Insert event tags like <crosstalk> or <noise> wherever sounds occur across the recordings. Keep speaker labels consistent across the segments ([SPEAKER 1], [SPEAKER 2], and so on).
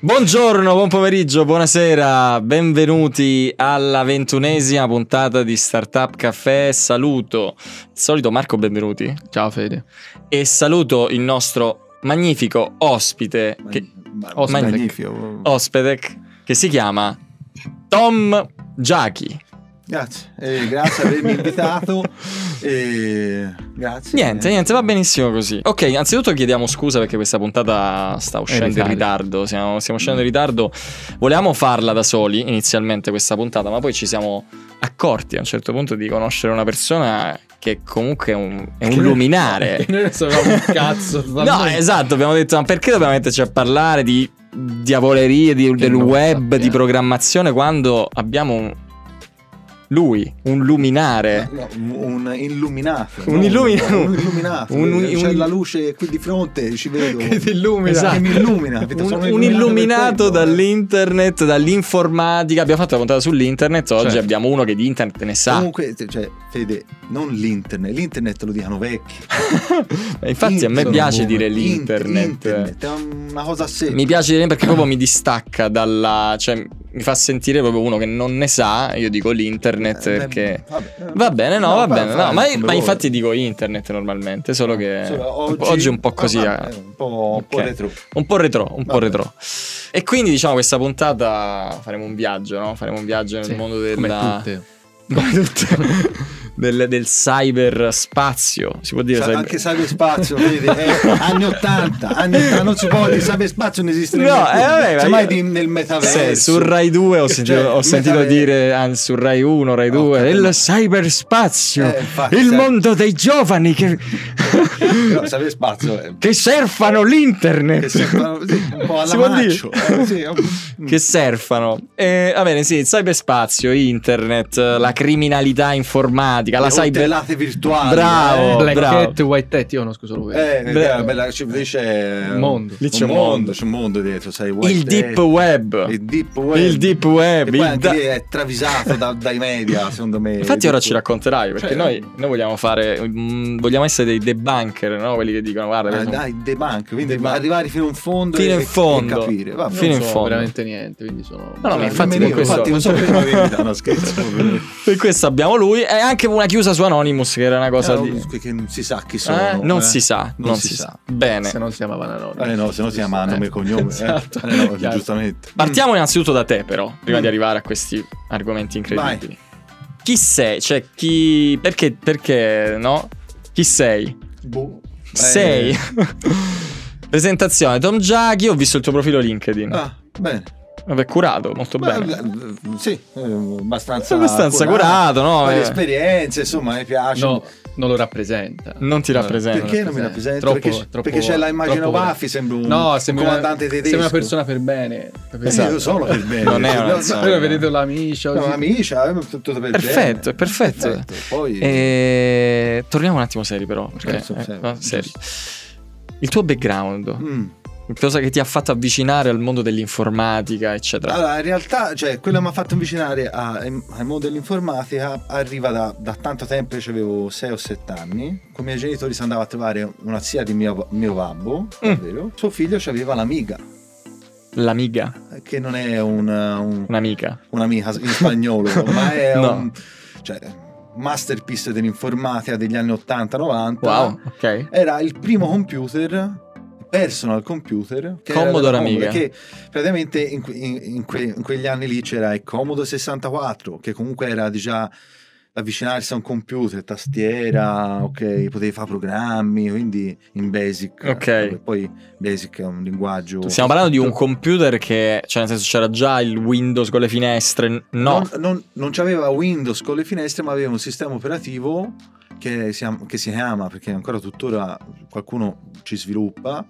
[SPEAKER 1] Buongiorno, buon pomeriggio, buonasera, benvenuti alla ventunesima puntata di Startup Caffè. Saluto il solito Marco Benvenuti
[SPEAKER 2] Ciao Fede.
[SPEAKER 1] e saluto il nostro magnifico ospite, che,
[SPEAKER 3] Ma-
[SPEAKER 1] Ospedec.
[SPEAKER 3] magnifico.
[SPEAKER 1] Oh. ospedec, che si chiama Tom Giachi.
[SPEAKER 3] Grazie, eh, grazie per avermi
[SPEAKER 1] <laughs>
[SPEAKER 3] invitato. E grazie.
[SPEAKER 1] Niente, niente, va benissimo così. Ok, innanzitutto chiediamo scusa perché questa puntata sta uscendo in
[SPEAKER 2] ritardo.
[SPEAKER 1] ritardo. Siamo, stiamo uscendo in ritardo. Volevamo farla da soli inizialmente questa puntata, ma poi ci siamo accorti a un certo punto di conoscere una persona che comunque è un, è un
[SPEAKER 3] Che-
[SPEAKER 1] luminare.
[SPEAKER 2] Noi non sapevamo un
[SPEAKER 1] <laughs>
[SPEAKER 2] cazzo.
[SPEAKER 1] Eh. No, esatto, abbiamo detto, ma perché dobbiamo metterci a parlare di diavolerie, di- del
[SPEAKER 2] non
[SPEAKER 1] web,
[SPEAKER 2] sappiamo.
[SPEAKER 1] di programmazione quando abbiamo un- lui, un luminare.
[SPEAKER 3] Eh, No, un un illuminato.
[SPEAKER 1] Un
[SPEAKER 3] no,
[SPEAKER 1] illumina-
[SPEAKER 3] Un illuminato.
[SPEAKER 1] un- un-
[SPEAKER 3] C'è
[SPEAKER 1] un-
[SPEAKER 3] la luce qui di fronte, ci vedo.
[SPEAKER 2] Che ti illumina.
[SPEAKER 1] Esatto.
[SPEAKER 3] Che mi illumina. capito?
[SPEAKER 1] Un,
[SPEAKER 3] Sono
[SPEAKER 1] un
[SPEAKER 3] illuminato
[SPEAKER 1] illuminato
[SPEAKER 3] per quello.
[SPEAKER 1] dall'internet, dall'informatica. Abbiamo fatto la puntata sull'internet. Oggi
[SPEAKER 2] Certo.
[SPEAKER 1] abbiamo uno che di internet ne sa.
[SPEAKER 3] Comunque, cioè, Fede, non l'internet, l'internet lo dicono vecchi.
[SPEAKER 1] Infatti, a me
[SPEAKER 3] Internet,
[SPEAKER 1] piace
[SPEAKER 3] inter-
[SPEAKER 1] dire l'internet.
[SPEAKER 3] internet, è una cosa a sé.
[SPEAKER 1] Mi piace dire perché proprio mi distacca dalla. cioè, mi fa sentire proprio uno che non ne sa. Io dico l'internet
[SPEAKER 3] Eh, beh,
[SPEAKER 1] perché.
[SPEAKER 3] vabbè, eh,
[SPEAKER 1] Va bene, no, va bene. no,
[SPEAKER 3] fai
[SPEAKER 1] ma,
[SPEAKER 3] come
[SPEAKER 1] ma
[SPEAKER 3] vuoi.
[SPEAKER 1] infatti dico internet normalmente, solo che
[SPEAKER 3] Sì,
[SPEAKER 1] Cioè, oggi, oggi un po' così.
[SPEAKER 3] ah,
[SPEAKER 1] eh,
[SPEAKER 3] è un po', un po'
[SPEAKER 1] Ok.
[SPEAKER 3] retro.
[SPEAKER 1] Un po' retro, un po'
[SPEAKER 3] Vabbè.
[SPEAKER 1] retro. E quindi, diciamo, questa puntata faremo un viaggio, no? Faremo un viaggio nel mondo della. <laughs> Come tutte. del, del cyberspazio. Si può dire
[SPEAKER 3] Sa-
[SPEAKER 1] cyber-
[SPEAKER 3] anche cyberspazio,
[SPEAKER 1] <laughs>
[SPEAKER 3] vedi, eh, anni 80, anni 80, non si può dire cyberspazio non esiste
[SPEAKER 1] No,
[SPEAKER 3] nemmeno
[SPEAKER 1] eh,
[SPEAKER 3] più.
[SPEAKER 1] vabbè, ma
[SPEAKER 3] Cioè, mai
[SPEAKER 1] io-
[SPEAKER 3] di- nel metaverso.
[SPEAKER 1] Sì, su Rai 2 ho sentito,
[SPEAKER 3] Cioè,
[SPEAKER 1] ho sentito
[SPEAKER 3] metaver-
[SPEAKER 1] dire, anzi su Rai 1, Rai 2,
[SPEAKER 3] capito.
[SPEAKER 1] il cyberspazio,
[SPEAKER 3] Eh, infatti,
[SPEAKER 1] il
[SPEAKER 3] sai-
[SPEAKER 1] mondo dei giovani che,
[SPEAKER 3] Però cyberspazio eh,
[SPEAKER 1] che surfano l'internet.
[SPEAKER 3] che sembra sì, un po' alla
[SPEAKER 1] Si può dire?
[SPEAKER 3] Manaccio, eh, sì, è
[SPEAKER 1] <laughs>
[SPEAKER 3] un-
[SPEAKER 1] che surfano. Eh, va bene, sì, il cyberspazio, internet, la criminalità informatica, la
[SPEAKER 3] le
[SPEAKER 1] cyber...
[SPEAKER 3] coltellate virtuali.
[SPEAKER 1] Bravo,
[SPEAKER 3] eh.
[SPEAKER 2] Black
[SPEAKER 1] bravo.
[SPEAKER 2] Cat, White Cat, io non scuso lui.
[SPEAKER 3] Eh,
[SPEAKER 1] Bra-
[SPEAKER 3] bella- bella- ci dice eh,
[SPEAKER 2] Il mondo.
[SPEAKER 1] Lì c'è
[SPEAKER 3] un
[SPEAKER 1] un mondo.
[SPEAKER 3] mondo, c'è un mondo dietro, sai,
[SPEAKER 1] Il
[SPEAKER 3] White
[SPEAKER 1] deep
[SPEAKER 3] Hat,
[SPEAKER 1] web.
[SPEAKER 3] eh, il deep web.
[SPEAKER 1] Il deep web,
[SPEAKER 3] Che poi
[SPEAKER 1] il
[SPEAKER 3] anche
[SPEAKER 1] da-
[SPEAKER 3] lì è travisato da-
[SPEAKER 1] <laughs>
[SPEAKER 3] dai media, secondo me.
[SPEAKER 1] Infatti ora ci racconterai, perché
[SPEAKER 2] Cioè-
[SPEAKER 1] noi, noi vogliamo fare, mm, vogliamo essere dei debunker, no? Quelli che dicono, guarda,
[SPEAKER 3] Ah,
[SPEAKER 1] questo-
[SPEAKER 3] dai, debunk, quindi
[SPEAKER 1] Debunk.
[SPEAKER 3] arrivare fino in fondo
[SPEAKER 1] Fino
[SPEAKER 3] e,
[SPEAKER 1] in fondo.
[SPEAKER 3] e capire. Vabbè.
[SPEAKER 1] Fino in
[SPEAKER 2] non so
[SPEAKER 1] fondo.
[SPEAKER 2] veramente niente, quindi sono...
[SPEAKER 1] No, no, ma infatti
[SPEAKER 3] nemmeno
[SPEAKER 1] per questo-
[SPEAKER 3] infatti non so perché mi invita, no,
[SPEAKER 1] <laughs>
[SPEAKER 3] scherzo.
[SPEAKER 1] <laughs> per questo abbiamo lui e anche una chiusa su Anonymous che era una cosa
[SPEAKER 3] Era
[SPEAKER 1] di...
[SPEAKER 3] un- che non si sa chi
[SPEAKER 1] Eh?
[SPEAKER 3] sono.
[SPEAKER 1] non
[SPEAKER 3] eh.
[SPEAKER 1] si sa, non, si, sa. Bene.
[SPEAKER 2] Se non si chiamava Nanoni.
[SPEAKER 3] Eh no, se no si chiama nome e cognome.
[SPEAKER 2] Esatto.
[SPEAKER 3] Eh. Eh, no,
[SPEAKER 2] Chiaro.
[SPEAKER 3] giustamente.
[SPEAKER 1] Partiamo innanzitutto da te, però, prima
[SPEAKER 3] Mm.
[SPEAKER 1] di arrivare a questi argomenti incredibili. Chi sei? Cioè, chi. Perché, perché no? Chi sei?
[SPEAKER 3] Boh. Eh,
[SPEAKER 1] Sei. <laughs> Presentazione, Tom Giachi, ho visto il tuo profilo LinkedIn.
[SPEAKER 3] Ah, bene.
[SPEAKER 1] Vabbè, curato, molto
[SPEAKER 3] Beh,
[SPEAKER 1] bene.
[SPEAKER 3] eh, Sì, eh, abbastanza.
[SPEAKER 1] Abbastanza curato, no?
[SPEAKER 3] Varie
[SPEAKER 1] Eh.
[SPEAKER 3] esperienze, insomma, mi piace.
[SPEAKER 2] No, non lo rappresenta.
[SPEAKER 1] Non ti rappresenta.
[SPEAKER 3] Ah, Perché non mi rappresenta? Perché c- perché c'è la immagine
[SPEAKER 2] troppo-
[SPEAKER 3] Ovafi, sembra un-
[SPEAKER 2] no,
[SPEAKER 3] un
[SPEAKER 2] sembra
[SPEAKER 3] comandante tedesco.
[SPEAKER 2] Sembra una persona per bene. Capito?
[SPEAKER 3] Eh,
[SPEAKER 1] Esatto.
[SPEAKER 3] Io sono per bene.
[SPEAKER 1] Non è una-
[SPEAKER 3] No, no,
[SPEAKER 2] Voi vedete l'amicio.
[SPEAKER 3] No,
[SPEAKER 2] così.
[SPEAKER 3] amica, eh, tutto per bene.
[SPEAKER 1] Perfetto, è perfetto. Eh,
[SPEAKER 3] Poi
[SPEAKER 1] E... Torniamo un attimo seri, però. Perché,
[SPEAKER 3] Certo,
[SPEAKER 1] eh,
[SPEAKER 3] seri.
[SPEAKER 1] no, seri. Il tuo background,
[SPEAKER 3] Mm.
[SPEAKER 1] cosa che ti ha fatto avvicinare al mondo dell'informatica, eccetera.
[SPEAKER 3] Allora, in realtà, cioè, quello che mi ha fatto avvicinare a- al mondo dell'informatica arriva da, da tanto tempo, io avevo 6 o 7 anni, con i miei genitori si andava a trovare una zia di mio, mio babbo,
[SPEAKER 1] Mm.
[SPEAKER 3] davvero. suo figlio aveva l'amiga,
[SPEAKER 1] L'amiga,
[SPEAKER 3] che non è un, un-
[SPEAKER 1] un'amica.
[SPEAKER 3] un'amica in spagnolo, ma
[SPEAKER 1] <laughs>
[SPEAKER 3] è
[SPEAKER 1] No.
[SPEAKER 3] un cioè, masterpiece dell'informatica degli anni 80-90.
[SPEAKER 1] Wow, ok.
[SPEAKER 3] era il primo computer personal computer che era
[SPEAKER 1] Commodore
[SPEAKER 3] della Commodore,
[SPEAKER 1] Amiga.
[SPEAKER 3] che praticamente in, que- in- in que- in quegli anni lì c'era il Commodore 64 che comunque era di già avvicinarsi a un computer tastiera ok potevi fare programmi quindi in basic
[SPEAKER 1] Ok.
[SPEAKER 3] eh, poi basic è un linguaggio
[SPEAKER 1] Stiamo parlando di un computer che, cioè nel senso c'era già il Windows con le finestre, n- no?
[SPEAKER 3] non, non, non c'aveva Windows con le finestre ma aveva un sistema operativo che si, am- che si chiama perché ancora tuttora qualcuno ci sviluppa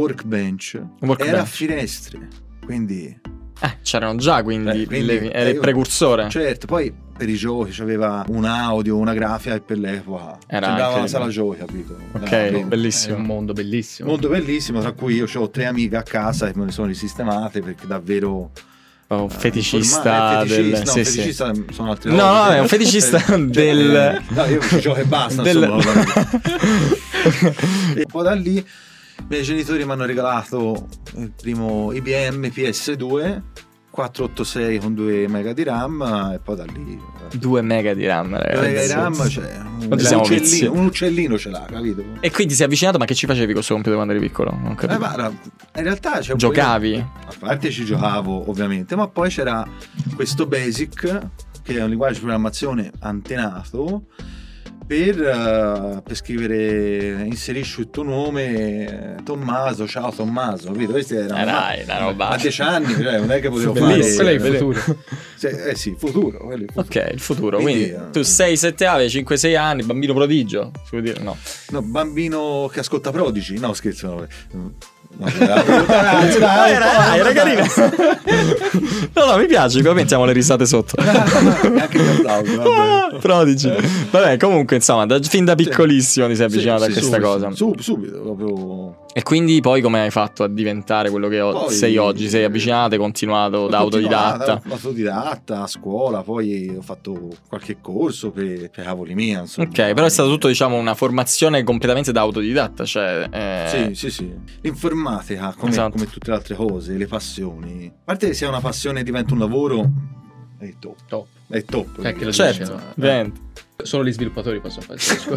[SPEAKER 3] Workbench
[SPEAKER 1] Workbench.
[SPEAKER 3] era finestre quindi
[SPEAKER 1] Eh, c'erano già quindi,
[SPEAKER 3] Eh, quindi-
[SPEAKER 1] le- era
[SPEAKER 3] eh,
[SPEAKER 1] il
[SPEAKER 3] io-
[SPEAKER 1] precursore.
[SPEAKER 3] certo poi per i giochi c'aveva un audio una grafica e per l'epoca
[SPEAKER 1] Era
[SPEAKER 3] sembrava
[SPEAKER 1] anche-
[SPEAKER 3] una sala giochi capito
[SPEAKER 1] ok,
[SPEAKER 3] Era un
[SPEAKER 2] È un
[SPEAKER 1] bellissimo.
[SPEAKER 2] mondo bellissimo.
[SPEAKER 3] mondo bellissimo tra cui io ho tre amiche a casa che me le sono risistemate perché davvero
[SPEAKER 1] Oh,
[SPEAKER 3] eh,
[SPEAKER 1] feticista
[SPEAKER 3] ormai- eh,
[SPEAKER 1] del...
[SPEAKER 3] feticista, no,
[SPEAKER 1] sì, sì.
[SPEAKER 3] feticista sono altri
[SPEAKER 1] No,
[SPEAKER 3] nomi.
[SPEAKER 1] no, è un
[SPEAKER 3] <laughs>
[SPEAKER 1] feticista
[SPEAKER 3] Cioè,
[SPEAKER 1] del-
[SPEAKER 3] no io ci gioco e
[SPEAKER 1] <laughs>
[SPEAKER 3] basta
[SPEAKER 1] del- <laughs>
[SPEAKER 3] insomma, vabbè. e poi da lì I miei genitori mi hanno regalato il primo IBM PS2 486 con 2 mega di RAM e poi da lì
[SPEAKER 1] 2 mega di RAM, ragazzi.
[SPEAKER 3] 2 mega di RAM cioè, un,
[SPEAKER 1] Quanti Eh, siamo
[SPEAKER 3] uccellino-
[SPEAKER 1] vizi?
[SPEAKER 3] un uccellino ce l'ha capito
[SPEAKER 1] E quindi ti sei avvicinato, ma che ci facevi con questo computer quando eri piccolo? Non
[SPEAKER 3] Eh,
[SPEAKER 1] capivo.
[SPEAKER 3] guarda, in realtà c'è un po' di-
[SPEAKER 1] Giocavi?
[SPEAKER 3] A parte ci giocavo ovviamente, ma poi c'era questo Basic, che è un linguaggio di programmazione antenato, per, eh, per scrivere, inserisci il tuo nome, eh, Tommaso, ciao Tommaso, capito? Questa era
[SPEAKER 1] Eh, dai, una roba.
[SPEAKER 3] a dieci anni, cioè, non è che potevo
[SPEAKER 1] Bellissimo.
[SPEAKER 2] Quello è
[SPEAKER 3] fare...
[SPEAKER 2] il futuro.
[SPEAKER 3] Cioè, eh sì, futuro, quello è il futuro.
[SPEAKER 1] Ok, il futuro. Quindi,
[SPEAKER 3] Quindi, eh,
[SPEAKER 1] tu 6, 7 ave, 5, 6 anni, bambino prodigio. Si può dire? No.
[SPEAKER 3] No, bambino che ascolta Prodigy, no scherzo, no. No,
[SPEAKER 1] Ah, era, era carina. no, no, mi piace. Qua mettiamo le risate sotto.
[SPEAKER 3] <laughs> Anche gli applausi, vabbè.
[SPEAKER 1] <laughs> Ah, Prodigy. Vabbè, comunque, insomma, da- fin da piccolissimo ti sei avvicinato a questa
[SPEAKER 3] subito,
[SPEAKER 1] cosa.
[SPEAKER 3] sub- subito, proprio.
[SPEAKER 1] E quindi poi come hai fatto a diventare quello che o-
[SPEAKER 3] Poi-
[SPEAKER 1] sei oggi? Sei avvicinato, hai continuato da
[SPEAKER 3] Ho continuato,
[SPEAKER 1] autodidatta?
[SPEAKER 3] Autodidatta, a scuola, poi ho fatto qualche corso per, per cavoli mia, insomma.
[SPEAKER 1] Ok, però è stata tutto, diciamo, una formazione completamente da autodidatta. Cioè, eh,
[SPEAKER 3] Sì, sì, sì. L'informatica, come,
[SPEAKER 1] Esatto.
[SPEAKER 3] come tutte le altre cose, le passioni. A parte che se una passione diventa un lavoro, è top.
[SPEAKER 2] Top.
[SPEAKER 3] È top.
[SPEAKER 2] Eh, che lo
[SPEAKER 1] certo,
[SPEAKER 2] dice, no?
[SPEAKER 1] ovviamente.
[SPEAKER 2] Solo gli sviluppatori possono fare questo.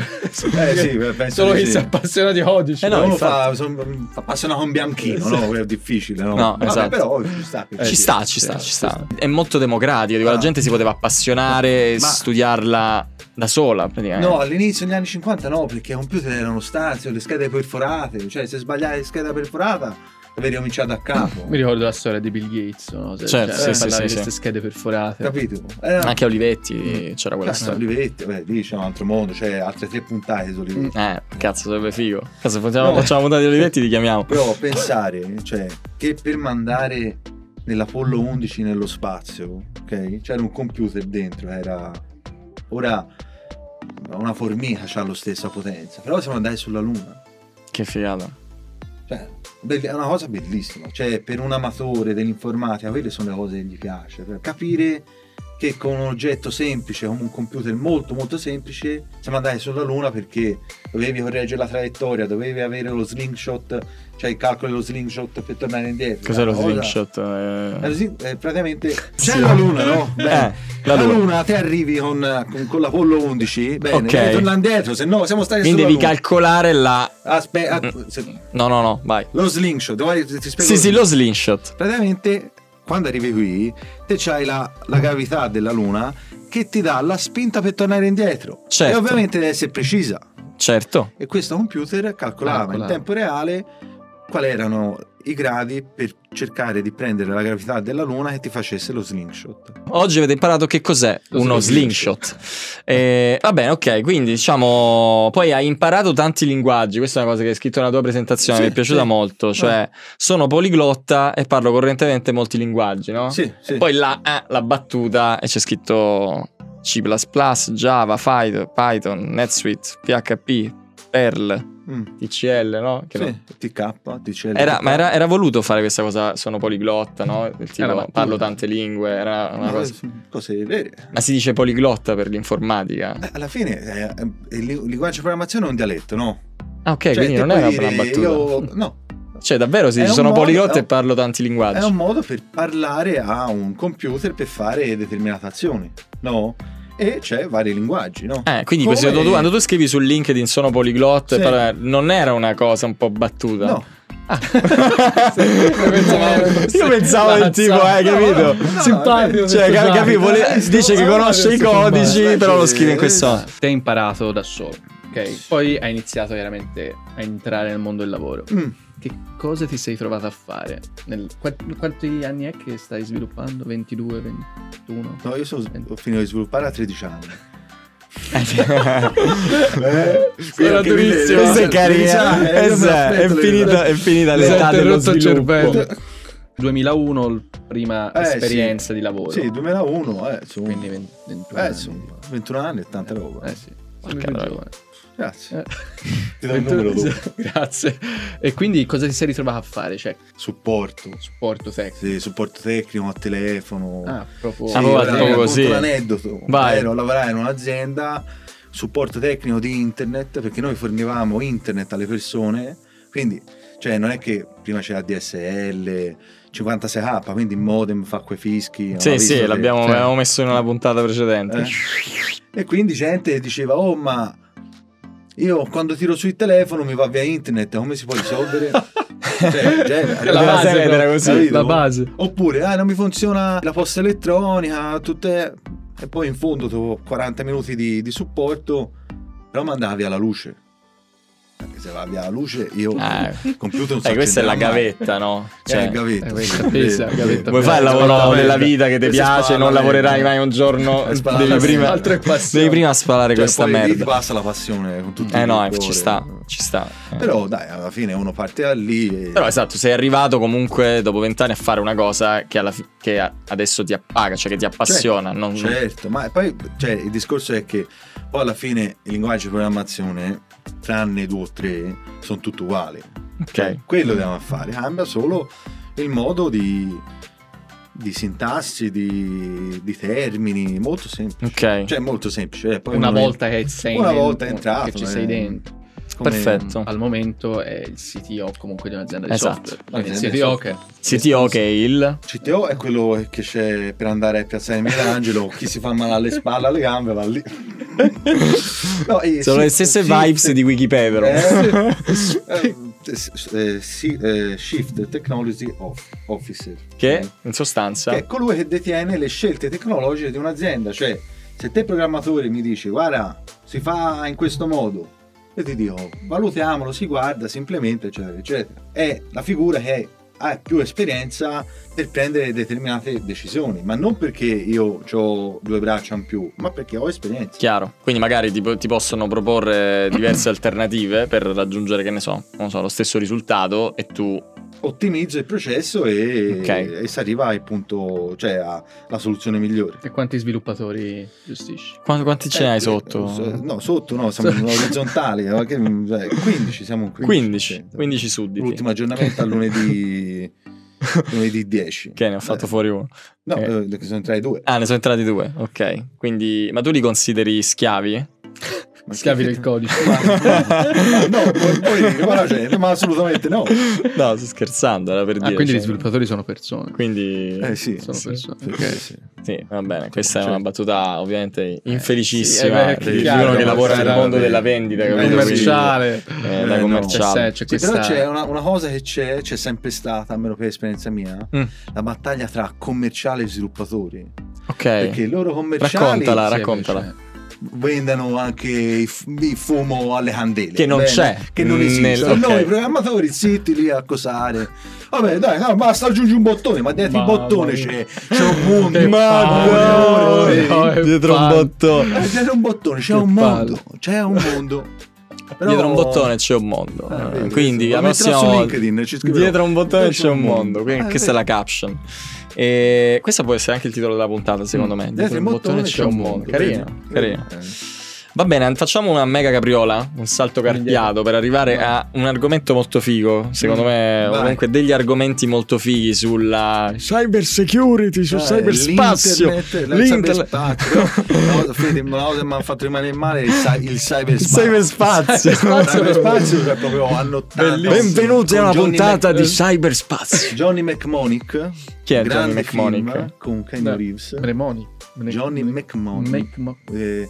[SPEAKER 3] Eh sì, penso
[SPEAKER 2] Solo
[SPEAKER 3] di
[SPEAKER 2] chi
[SPEAKER 3] sì.
[SPEAKER 2] si appassiona di codice.
[SPEAKER 1] Eh no,
[SPEAKER 3] Uno
[SPEAKER 1] infatti.
[SPEAKER 3] fa, son- fa appassionato a un bianchino,
[SPEAKER 2] Sì.
[SPEAKER 3] no? È difficile,
[SPEAKER 1] No,
[SPEAKER 3] no? Vabbè,
[SPEAKER 1] esatto.
[SPEAKER 3] Però ci sta.
[SPEAKER 2] Eh,
[SPEAKER 1] ci
[SPEAKER 2] sì,
[SPEAKER 1] sta, ci
[SPEAKER 2] sì,
[SPEAKER 1] sta, ci
[SPEAKER 2] ci
[SPEAKER 1] sta.
[SPEAKER 2] sta.
[SPEAKER 1] È molto democratico, dico, la
[SPEAKER 3] Ah.
[SPEAKER 1] gente si poteva appassionare e
[SPEAKER 3] Ma-
[SPEAKER 1] studiarla da sola, praticamente.
[SPEAKER 3] No, all'inizio degli anni 50 no, perché i computer erano stazio, le schede perforate, cioè se sbagliavi la scheda perforata avevi cominciato a capo,
[SPEAKER 2] Mi ricordo la storia di Bill Gates, no? Se-
[SPEAKER 1] Certo,
[SPEAKER 2] cioè,
[SPEAKER 1] sì,
[SPEAKER 2] parlavi
[SPEAKER 1] sì,
[SPEAKER 2] di
[SPEAKER 1] sì, sì.
[SPEAKER 2] queste schede perforate.
[SPEAKER 3] capito? Era Mm. Eh,
[SPEAKER 1] Anche a Olivetti c'era quella
[SPEAKER 3] cazzo,
[SPEAKER 1] storia.
[SPEAKER 3] Olivetti, beh, lì c'è un altro mondo, c'è altre tre puntate su Olivetti.
[SPEAKER 1] Eh, cazzo, sarebbe figo. Cazzo, facciamo,
[SPEAKER 3] No.
[SPEAKER 1] facciamo puntata di Olivetti, ti chiamiamo.
[SPEAKER 3] Però pensare, cioè, che per mandare nell'Apollo 11 nello spazio, ok? C'era un computer dentro, era... Ora una formica ha la stessa potenza, però siamo andati sulla Luna.
[SPEAKER 1] Che figata.
[SPEAKER 3] Cioè, belli- è una cosa bellissima. Cioè, per un amatore dell'informatica, quelle sono le cose che gli piace. Per Capire che con un oggetto semplice, con un computer molto molto semplice, siamo andati sulla Luna perché dovevi correggere la traiettoria, dovevi avere lo slingshot, cioè il calcolo dello slingshot per tornare indietro.
[SPEAKER 1] Cos'è lo
[SPEAKER 3] Una cosa-
[SPEAKER 1] slingshot?
[SPEAKER 3] Eh,
[SPEAKER 1] Eh,
[SPEAKER 3] sì,
[SPEAKER 1] <laughs>
[SPEAKER 3] eh, praticamente
[SPEAKER 1] Sì.
[SPEAKER 3] c'è la luna, no?
[SPEAKER 1] Eh,
[SPEAKER 3] Beh,
[SPEAKER 1] la
[SPEAKER 3] la,
[SPEAKER 1] Luna.
[SPEAKER 3] luna. te arrivi con, con, con l'Apollo 11, bene,
[SPEAKER 1] Ok.
[SPEAKER 3] devi tornare indietro, se no siamo stati
[SPEAKER 1] Quindi
[SPEAKER 3] sulla
[SPEAKER 1] devi
[SPEAKER 3] luna.
[SPEAKER 1] calcolare la...
[SPEAKER 3] Aspetta,
[SPEAKER 1] Mm.
[SPEAKER 3] ah, se-
[SPEAKER 1] No, no, no, vai.
[SPEAKER 3] lo slingshot, vai, ti spiego
[SPEAKER 1] Sì,
[SPEAKER 3] lo
[SPEAKER 1] sì, lo slingshot.
[SPEAKER 3] praticamente quando arrivi qui te c'hai la, la gravità della luna che ti dà la spinta per tornare indietro
[SPEAKER 1] Certo.
[SPEAKER 3] e ovviamente deve essere precisa
[SPEAKER 1] Certo.
[SPEAKER 3] e questo computer calcolava
[SPEAKER 2] Calcolava.
[SPEAKER 3] in tempo reale quali erano i gradi per cercare di prendere la gravità della luna che ti facesse lo slingshot
[SPEAKER 1] Oggi avete imparato che cos'è
[SPEAKER 2] Lo
[SPEAKER 1] uno
[SPEAKER 2] slingshot.
[SPEAKER 1] slingshot. Eh, va bene, ok, quindi diciamo, poi hai imparato tanti linguaggi, questa è una cosa che hai scritto nella tua presentazione,
[SPEAKER 3] Sì,
[SPEAKER 1] mi è piaciuta
[SPEAKER 3] sì. Ah.
[SPEAKER 1] molto, cioè sono poliglotta e parlo correntemente molti linguaggi, no?
[SPEAKER 3] sì, sì.
[SPEAKER 1] Ah. Poi là, eh, la battuta e c'è scritto C++, Java, Python, Python, NetSuite, PHP, Perl,
[SPEAKER 3] Mm.
[SPEAKER 1] TCL, no? Che no-
[SPEAKER 3] Sì, TK, TCL
[SPEAKER 1] Era, ma era, era voluto fare questa cosa, sono poliglotta, no? Del tipo,
[SPEAKER 2] battuta.
[SPEAKER 1] parlo tante lingue, era una
[SPEAKER 3] Ma
[SPEAKER 1] cosa...
[SPEAKER 3] cose vere
[SPEAKER 1] Ma si dice poliglotta per l'informatica.
[SPEAKER 3] Eh, alla fine eh, eh, il linguaggio di programmazione è un dialetto no?
[SPEAKER 1] Ah, ok,
[SPEAKER 3] Cioè,
[SPEAKER 1] quindi
[SPEAKER 3] te
[SPEAKER 1] non
[SPEAKER 3] puoi
[SPEAKER 1] era
[SPEAKER 3] dire,
[SPEAKER 1] una battuta.
[SPEAKER 3] io- no
[SPEAKER 1] Cioè, davvero si
[SPEAKER 3] È
[SPEAKER 1] dice
[SPEAKER 3] un
[SPEAKER 1] sono
[SPEAKER 3] modo-
[SPEAKER 1] poliglotta
[SPEAKER 3] è
[SPEAKER 1] e
[SPEAKER 3] un-
[SPEAKER 1] parlo tanti linguaggi.
[SPEAKER 3] È un modo per parlare a un computer per fare determinate azioni, no? E c'è vari linguaggi, no?
[SPEAKER 1] Eh, quindi
[SPEAKER 3] Come-
[SPEAKER 1] questo- tu- quando tu scrivi su LinkedIn sono poliglotta, e
[SPEAKER 3] Sì.
[SPEAKER 1] parla- non era una cosa un po' battuta.
[SPEAKER 3] No,
[SPEAKER 2] <laughs>
[SPEAKER 1] Ah.
[SPEAKER 2] Pensavo fosse-
[SPEAKER 1] Io pensavo del tipo, eh,
[SPEAKER 3] No,
[SPEAKER 1] capito?
[SPEAKER 3] no, no,
[SPEAKER 1] Simpatico.
[SPEAKER 3] no,
[SPEAKER 1] Cioè,
[SPEAKER 2] questo
[SPEAKER 1] ca-
[SPEAKER 2] Davide.
[SPEAKER 1] capivo, vole-
[SPEAKER 3] Questo-
[SPEAKER 1] dice che
[SPEAKER 3] no,
[SPEAKER 1] conosce i
[SPEAKER 2] questo
[SPEAKER 1] codici,
[SPEAKER 3] combatto.
[SPEAKER 1] però lo scrive in questo
[SPEAKER 3] Eh,
[SPEAKER 1] modo.
[SPEAKER 2] Te hai imparato da solo, ok? Poi hai iniziato chiaramente a entrare nel mondo del lavoro.
[SPEAKER 3] Mm.
[SPEAKER 2] Che cosa ti sei trovato a fare? Nel- qua- quanti anni è che stai sviluppando? 22, 21?
[SPEAKER 3] No, io sono- ho finito di sviluppare a 13 anni.
[SPEAKER 2] Era
[SPEAKER 3] Quindi anche lì-
[SPEAKER 2] durissimo.
[SPEAKER 1] Questa è
[SPEAKER 2] Questa
[SPEAKER 1] carina.
[SPEAKER 3] Eh, io mi
[SPEAKER 1] Eh, sì, È
[SPEAKER 3] aspetto le-
[SPEAKER 1] finita, è finita
[SPEAKER 2] Mi
[SPEAKER 1] l'età
[SPEAKER 2] sei
[SPEAKER 1] dello
[SPEAKER 2] interrotto il
[SPEAKER 1] sviluppo.
[SPEAKER 2] cervello. 2001 la prima
[SPEAKER 3] Eh, sì.
[SPEAKER 2] esperienza di lavoro.
[SPEAKER 3] Sì, 2001, eh, su-
[SPEAKER 2] Quindi 20 21
[SPEAKER 3] eh,
[SPEAKER 2] anni.
[SPEAKER 3] insomma, 21 anni e tanta roba.
[SPEAKER 2] Eh sì. Sembri
[SPEAKER 1] Porca
[SPEAKER 2] più
[SPEAKER 1] troia.
[SPEAKER 2] giovane.
[SPEAKER 3] Grazie.
[SPEAKER 2] Eh.
[SPEAKER 3] Ti do il numero dopo.
[SPEAKER 2] <laughs> Grazie. E quindi cosa ti sei ritrovato a fare? Cioè,
[SPEAKER 3] Supporto.
[SPEAKER 2] supporto tecnico.
[SPEAKER 3] Sì, supporto tecnico a telefono.
[SPEAKER 2] Ah, proprio.
[SPEAKER 3] Sì,
[SPEAKER 1] Ah, proprio
[SPEAKER 3] guarda,
[SPEAKER 1] tipo
[SPEAKER 3] racconto
[SPEAKER 1] così.
[SPEAKER 3] un aneddoto.
[SPEAKER 1] Vai.
[SPEAKER 3] Ero a lavorare in un'azienda, supporto tecnico di internet, perché noi fornivamo internet alle persone, quindi Cioè, non è che prima c'era DSL, 56k, quindi il modem fa quei fischi.
[SPEAKER 1] Sì,
[SPEAKER 3] no?
[SPEAKER 1] sì,
[SPEAKER 3] Visto
[SPEAKER 1] l'abbiamo
[SPEAKER 3] che- cioè,
[SPEAKER 1] l'avevamo messo in una puntata precedente.
[SPEAKER 3] eh. E quindi gente diceva, oh ma io quando tiro su il telefono mi va via internet, come si può risolvere?
[SPEAKER 1] <laughs>
[SPEAKER 3] Cioè, gente,
[SPEAKER 1] La
[SPEAKER 2] base
[SPEAKER 1] base era
[SPEAKER 2] proprio.
[SPEAKER 1] così.
[SPEAKER 2] la base.
[SPEAKER 3] Oppure, ah non mi funziona la posta elettronica, tutte... E poi in fondo dopo 40 minuti di, di supporto, però mandava via la luce. Perché se va via la luce io...
[SPEAKER 1] Eh,
[SPEAKER 3] il computer non so
[SPEAKER 1] eh, questa è la
[SPEAKER 3] accendere mai.
[SPEAKER 1] gavetta, no?
[SPEAKER 3] Eh,
[SPEAKER 1] Cioè,
[SPEAKER 3] gavetta.
[SPEAKER 2] eh, questa-
[SPEAKER 3] sì,
[SPEAKER 2] questa
[SPEAKER 3] vero,
[SPEAKER 2] gavetta.
[SPEAKER 1] vuoi fare il
[SPEAKER 2] Esatto,
[SPEAKER 1] lavoro
[SPEAKER 2] la
[SPEAKER 1] della
[SPEAKER 3] merda.
[SPEAKER 1] vita che ti
[SPEAKER 3] Questa
[SPEAKER 1] piace,
[SPEAKER 3] spalla,
[SPEAKER 1] non
[SPEAKER 3] la
[SPEAKER 1] lavorerai
[SPEAKER 3] merda.
[SPEAKER 1] mai un
[SPEAKER 3] <laughs>
[SPEAKER 1] giorno,
[SPEAKER 3] Eh, spalla,
[SPEAKER 1] devi
[SPEAKER 3] sì.
[SPEAKER 1] prima,
[SPEAKER 2] Altre
[SPEAKER 1] <laughs>
[SPEAKER 2] passioni.
[SPEAKER 1] devi prima spalare
[SPEAKER 3] Cioè,
[SPEAKER 1] questa
[SPEAKER 3] poi lì ti
[SPEAKER 1] merda.
[SPEAKER 3] passa la passione con tutto
[SPEAKER 1] Eh
[SPEAKER 3] il
[SPEAKER 1] no, eh,
[SPEAKER 3] cuore.
[SPEAKER 1] ci sta, ci sta. eh.
[SPEAKER 3] Però dai, alla fine uno parte da lì e...
[SPEAKER 1] Però esatto, sei arrivato comunque dopo vent'anni a fare una cosa che, alla fi- che a- adesso ti appaga, cioè che ti appassiona. non-
[SPEAKER 3] Certo, ma poi cioè, il discorso è che poi alla fine il linguaggio di programmazione, tranne due o tre, sono tutti uguali. Cioè,
[SPEAKER 1] ok.
[SPEAKER 3] Quello dobbiamo fare, cambia solo il modo di, di sintassi, di, di termini, molto semplice.
[SPEAKER 1] Ok.
[SPEAKER 3] Cioè molto semplice. eh, poi
[SPEAKER 2] Una
[SPEAKER 3] uno-
[SPEAKER 2] volta che sei
[SPEAKER 3] una
[SPEAKER 2] dentro,
[SPEAKER 3] volta entrato,
[SPEAKER 2] che ci sei
[SPEAKER 3] eh,
[SPEAKER 2] dentro.
[SPEAKER 3] come-
[SPEAKER 1] Perfetto.
[SPEAKER 2] Al momento è il CTO comunque di un'azienda di
[SPEAKER 1] Esatto.
[SPEAKER 2] software. Quindi il
[SPEAKER 3] Un'azienda
[SPEAKER 2] CTO
[SPEAKER 3] di
[SPEAKER 2] che
[SPEAKER 1] CTO che è il...
[SPEAKER 3] CTO è quello che c'è per andare a
[SPEAKER 1] <laughs>
[SPEAKER 3] piazzare Michelangelo, chi si fa male alle spalle, alle gambe va lì. No, eh,
[SPEAKER 1] Sono
[SPEAKER 3] sì,
[SPEAKER 1] le stesse
[SPEAKER 3] sì,
[SPEAKER 1] vibes
[SPEAKER 3] sì.
[SPEAKER 1] di Wikipedia. però.
[SPEAKER 3] Eh,
[SPEAKER 1] <laughs>
[SPEAKER 3] eh, eh, sì, eh, Shift Technology Eh, Off- Officer,
[SPEAKER 1] che
[SPEAKER 3] che
[SPEAKER 1] in sostanza...
[SPEAKER 3] è colui Mm. che detiene le scelte tecnologiche di un'azienda. Cioè, se te programmatore mi dici guarda, si fa in questo modo, io ti dico valutiamolo, si guarda, si implementa, eccetera, eccetera. È la figura che ha più esperienza per prendere determinate decisioni, ma non perché io ho due braccia in più, ma perché ho esperienza.
[SPEAKER 1] Chiaro, quindi magari ti, po- ti possono proporre diverse alternative per raggiungere, che ne so, non so, lo stesso risultato e tu...
[SPEAKER 3] ottimizzo il processo e,
[SPEAKER 1] Ok.
[SPEAKER 3] e si arriva al punto, cioè a- alla soluzione migliore.
[SPEAKER 2] e quanti sviluppatori gestisci?
[SPEAKER 1] Quanti, quanti ce ne hai
[SPEAKER 3] Eh,
[SPEAKER 1] sotto?
[SPEAKER 3] so- No, sotto no, siamo in orizzontale, ma che- cioè, 15 siamo in 15.
[SPEAKER 1] 15,
[SPEAKER 3] sì.
[SPEAKER 1] 15 sudditi.
[SPEAKER 3] L'ultimo aggiornamento a lunedì,
[SPEAKER 1] <laughs>
[SPEAKER 3] lunedì 10.
[SPEAKER 1] Che ne ho fatto
[SPEAKER 3] Eh,
[SPEAKER 1] fuori uno.
[SPEAKER 3] No,
[SPEAKER 1] eh.
[SPEAKER 3] eh, che sono tra i due.
[SPEAKER 1] Ah, ne sono entrati due, ok. Quindi, ma tu li consideri schiavi?
[SPEAKER 3] Ma
[SPEAKER 2] Schiavi
[SPEAKER 3] che-
[SPEAKER 2] del codice.
[SPEAKER 3] Ma, ma <laughs> no, poi, poi guarda, cioè, ma assolutamente no.
[SPEAKER 1] <laughs> No, sto scherzando, era per
[SPEAKER 2] Ah,
[SPEAKER 1] dire.
[SPEAKER 2] quindi
[SPEAKER 1] cioè,
[SPEAKER 2] gli sviluppatori sono persone.
[SPEAKER 1] Quindi...
[SPEAKER 3] Eh sì.
[SPEAKER 2] sono
[SPEAKER 1] sì.
[SPEAKER 2] persone.
[SPEAKER 3] Sì,
[SPEAKER 2] ok.
[SPEAKER 3] sì.
[SPEAKER 1] Sì, va bene, questa è
[SPEAKER 2] Certo.
[SPEAKER 1] una battuta
[SPEAKER 2] eh,
[SPEAKER 1] ovviamente infelicissima
[SPEAKER 2] sì, è
[SPEAKER 1] di
[SPEAKER 2] vero,
[SPEAKER 1] di uno
[SPEAKER 2] eh, chiaro,
[SPEAKER 1] che lavora
[SPEAKER 2] sì,
[SPEAKER 1] nel
[SPEAKER 2] sì,
[SPEAKER 1] mondo
[SPEAKER 3] sì.
[SPEAKER 1] della vendita,
[SPEAKER 3] Eh,
[SPEAKER 1] capito? Quindi,
[SPEAKER 2] commerciale.
[SPEAKER 1] eh,
[SPEAKER 3] Eh,
[SPEAKER 1] da
[SPEAKER 3] no.
[SPEAKER 1] commerciale.
[SPEAKER 2] C'è, c'è
[SPEAKER 3] Sì,
[SPEAKER 2] questa...
[SPEAKER 3] però c'è una, una cosa che c'è, c'è sempre stata, almeno per esperienza mia,
[SPEAKER 1] Mm.
[SPEAKER 3] la battaglia tra commerciale e sviluppatori.
[SPEAKER 1] Ok.
[SPEAKER 3] Perché i loro commerciali
[SPEAKER 1] Raccontala,
[SPEAKER 2] Sì,
[SPEAKER 1] raccontala.
[SPEAKER 2] cioè,
[SPEAKER 3] vendano anche il f- il fumo alle candele.
[SPEAKER 1] Che non
[SPEAKER 3] Bene,
[SPEAKER 1] c'è. Mm,
[SPEAKER 3] Che non
[SPEAKER 1] Nel-
[SPEAKER 3] esiste. E
[SPEAKER 1] ok.
[SPEAKER 3] Noi programmatori zitti lì a cosare. Vabbè dai, no, basta aggiungi un bottone, ma dietro il
[SPEAKER 2] Mamma
[SPEAKER 3] bottone
[SPEAKER 2] mia.
[SPEAKER 3] c'è, c'è un mondo.
[SPEAKER 2] Che
[SPEAKER 1] Madonna,
[SPEAKER 3] Eh,
[SPEAKER 2] palle, no, è
[SPEAKER 1] dietro un
[SPEAKER 2] palle.
[SPEAKER 1] bottone.
[SPEAKER 3] Dietro un bottone Eh, c'è
[SPEAKER 2] Che
[SPEAKER 3] un mondo.
[SPEAKER 2] palle.
[SPEAKER 3] C'è un mondo. Però-
[SPEAKER 1] Dietro un bottone c'è un mondo. Eh,
[SPEAKER 3] Ah, vedi,
[SPEAKER 1] quindi
[SPEAKER 3] lo
[SPEAKER 1] la
[SPEAKER 3] metterò
[SPEAKER 1] prossima
[SPEAKER 3] su
[SPEAKER 1] volta-
[SPEAKER 3] LinkedIn, ci scriverò.
[SPEAKER 1] Dietro un bottone c'è un mondo. Quindi
[SPEAKER 3] Ah,
[SPEAKER 1] questa è
[SPEAKER 3] vedi.
[SPEAKER 1] la caption. E questa può essere anche il titolo della puntata, secondo me.
[SPEAKER 3] Dietro il bottone c'è un mondo.
[SPEAKER 1] Carina,
[SPEAKER 3] Vedi?
[SPEAKER 1] carina.
[SPEAKER 3] Eh.
[SPEAKER 1] Va bene, facciamo una mega capriola, un salto carpiato per arrivare a un argomento molto figo, secondo me, o
[SPEAKER 3] Vai.
[SPEAKER 1] comunque degli argomenti molto fighi sulla cyber security, sul
[SPEAKER 3] Ah,
[SPEAKER 1] cyberspazio.
[SPEAKER 3] l'internet, la- il
[SPEAKER 1] l'internet.
[SPEAKER 3] cyberspazio. Una cosa- Fede, una cosa che mi ha fatto rimanere male è il, cy- il
[SPEAKER 1] Il
[SPEAKER 3] cyberspazio.
[SPEAKER 1] cyberspazio.
[SPEAKER 3] Il cyberspazio è proprio anno 80.
[SPEAKER 1] Benvenuti a
[SPEAKER 3] Con
[SPEAKER 1] una
[SPEAKER 3] Johnny
[SPEAKER 1] puntata
[SPEAKER 3] Mac-
[SPEAKER 1] di cyberspazio.
[SPEAKER 3] Johnny McMonick.
[SPEAKER 1] Chi è Johnny
[SPEAKER 3] grande
[SPEAKER 1] McMonick?
[SPEAKER 3] film con Kenny
[SPEAKER 2] Beh,
[SPEAKER 3] Reeves.
[SPEAKER 2] Bremoni. Mne-
[SPEAKER 3] Johnny
[SPEAKER 2] Mne-
[SPEAKER 3] McMonick.
[SPEAKER 2] Mcmo-
[SPEAKER 3] Eh,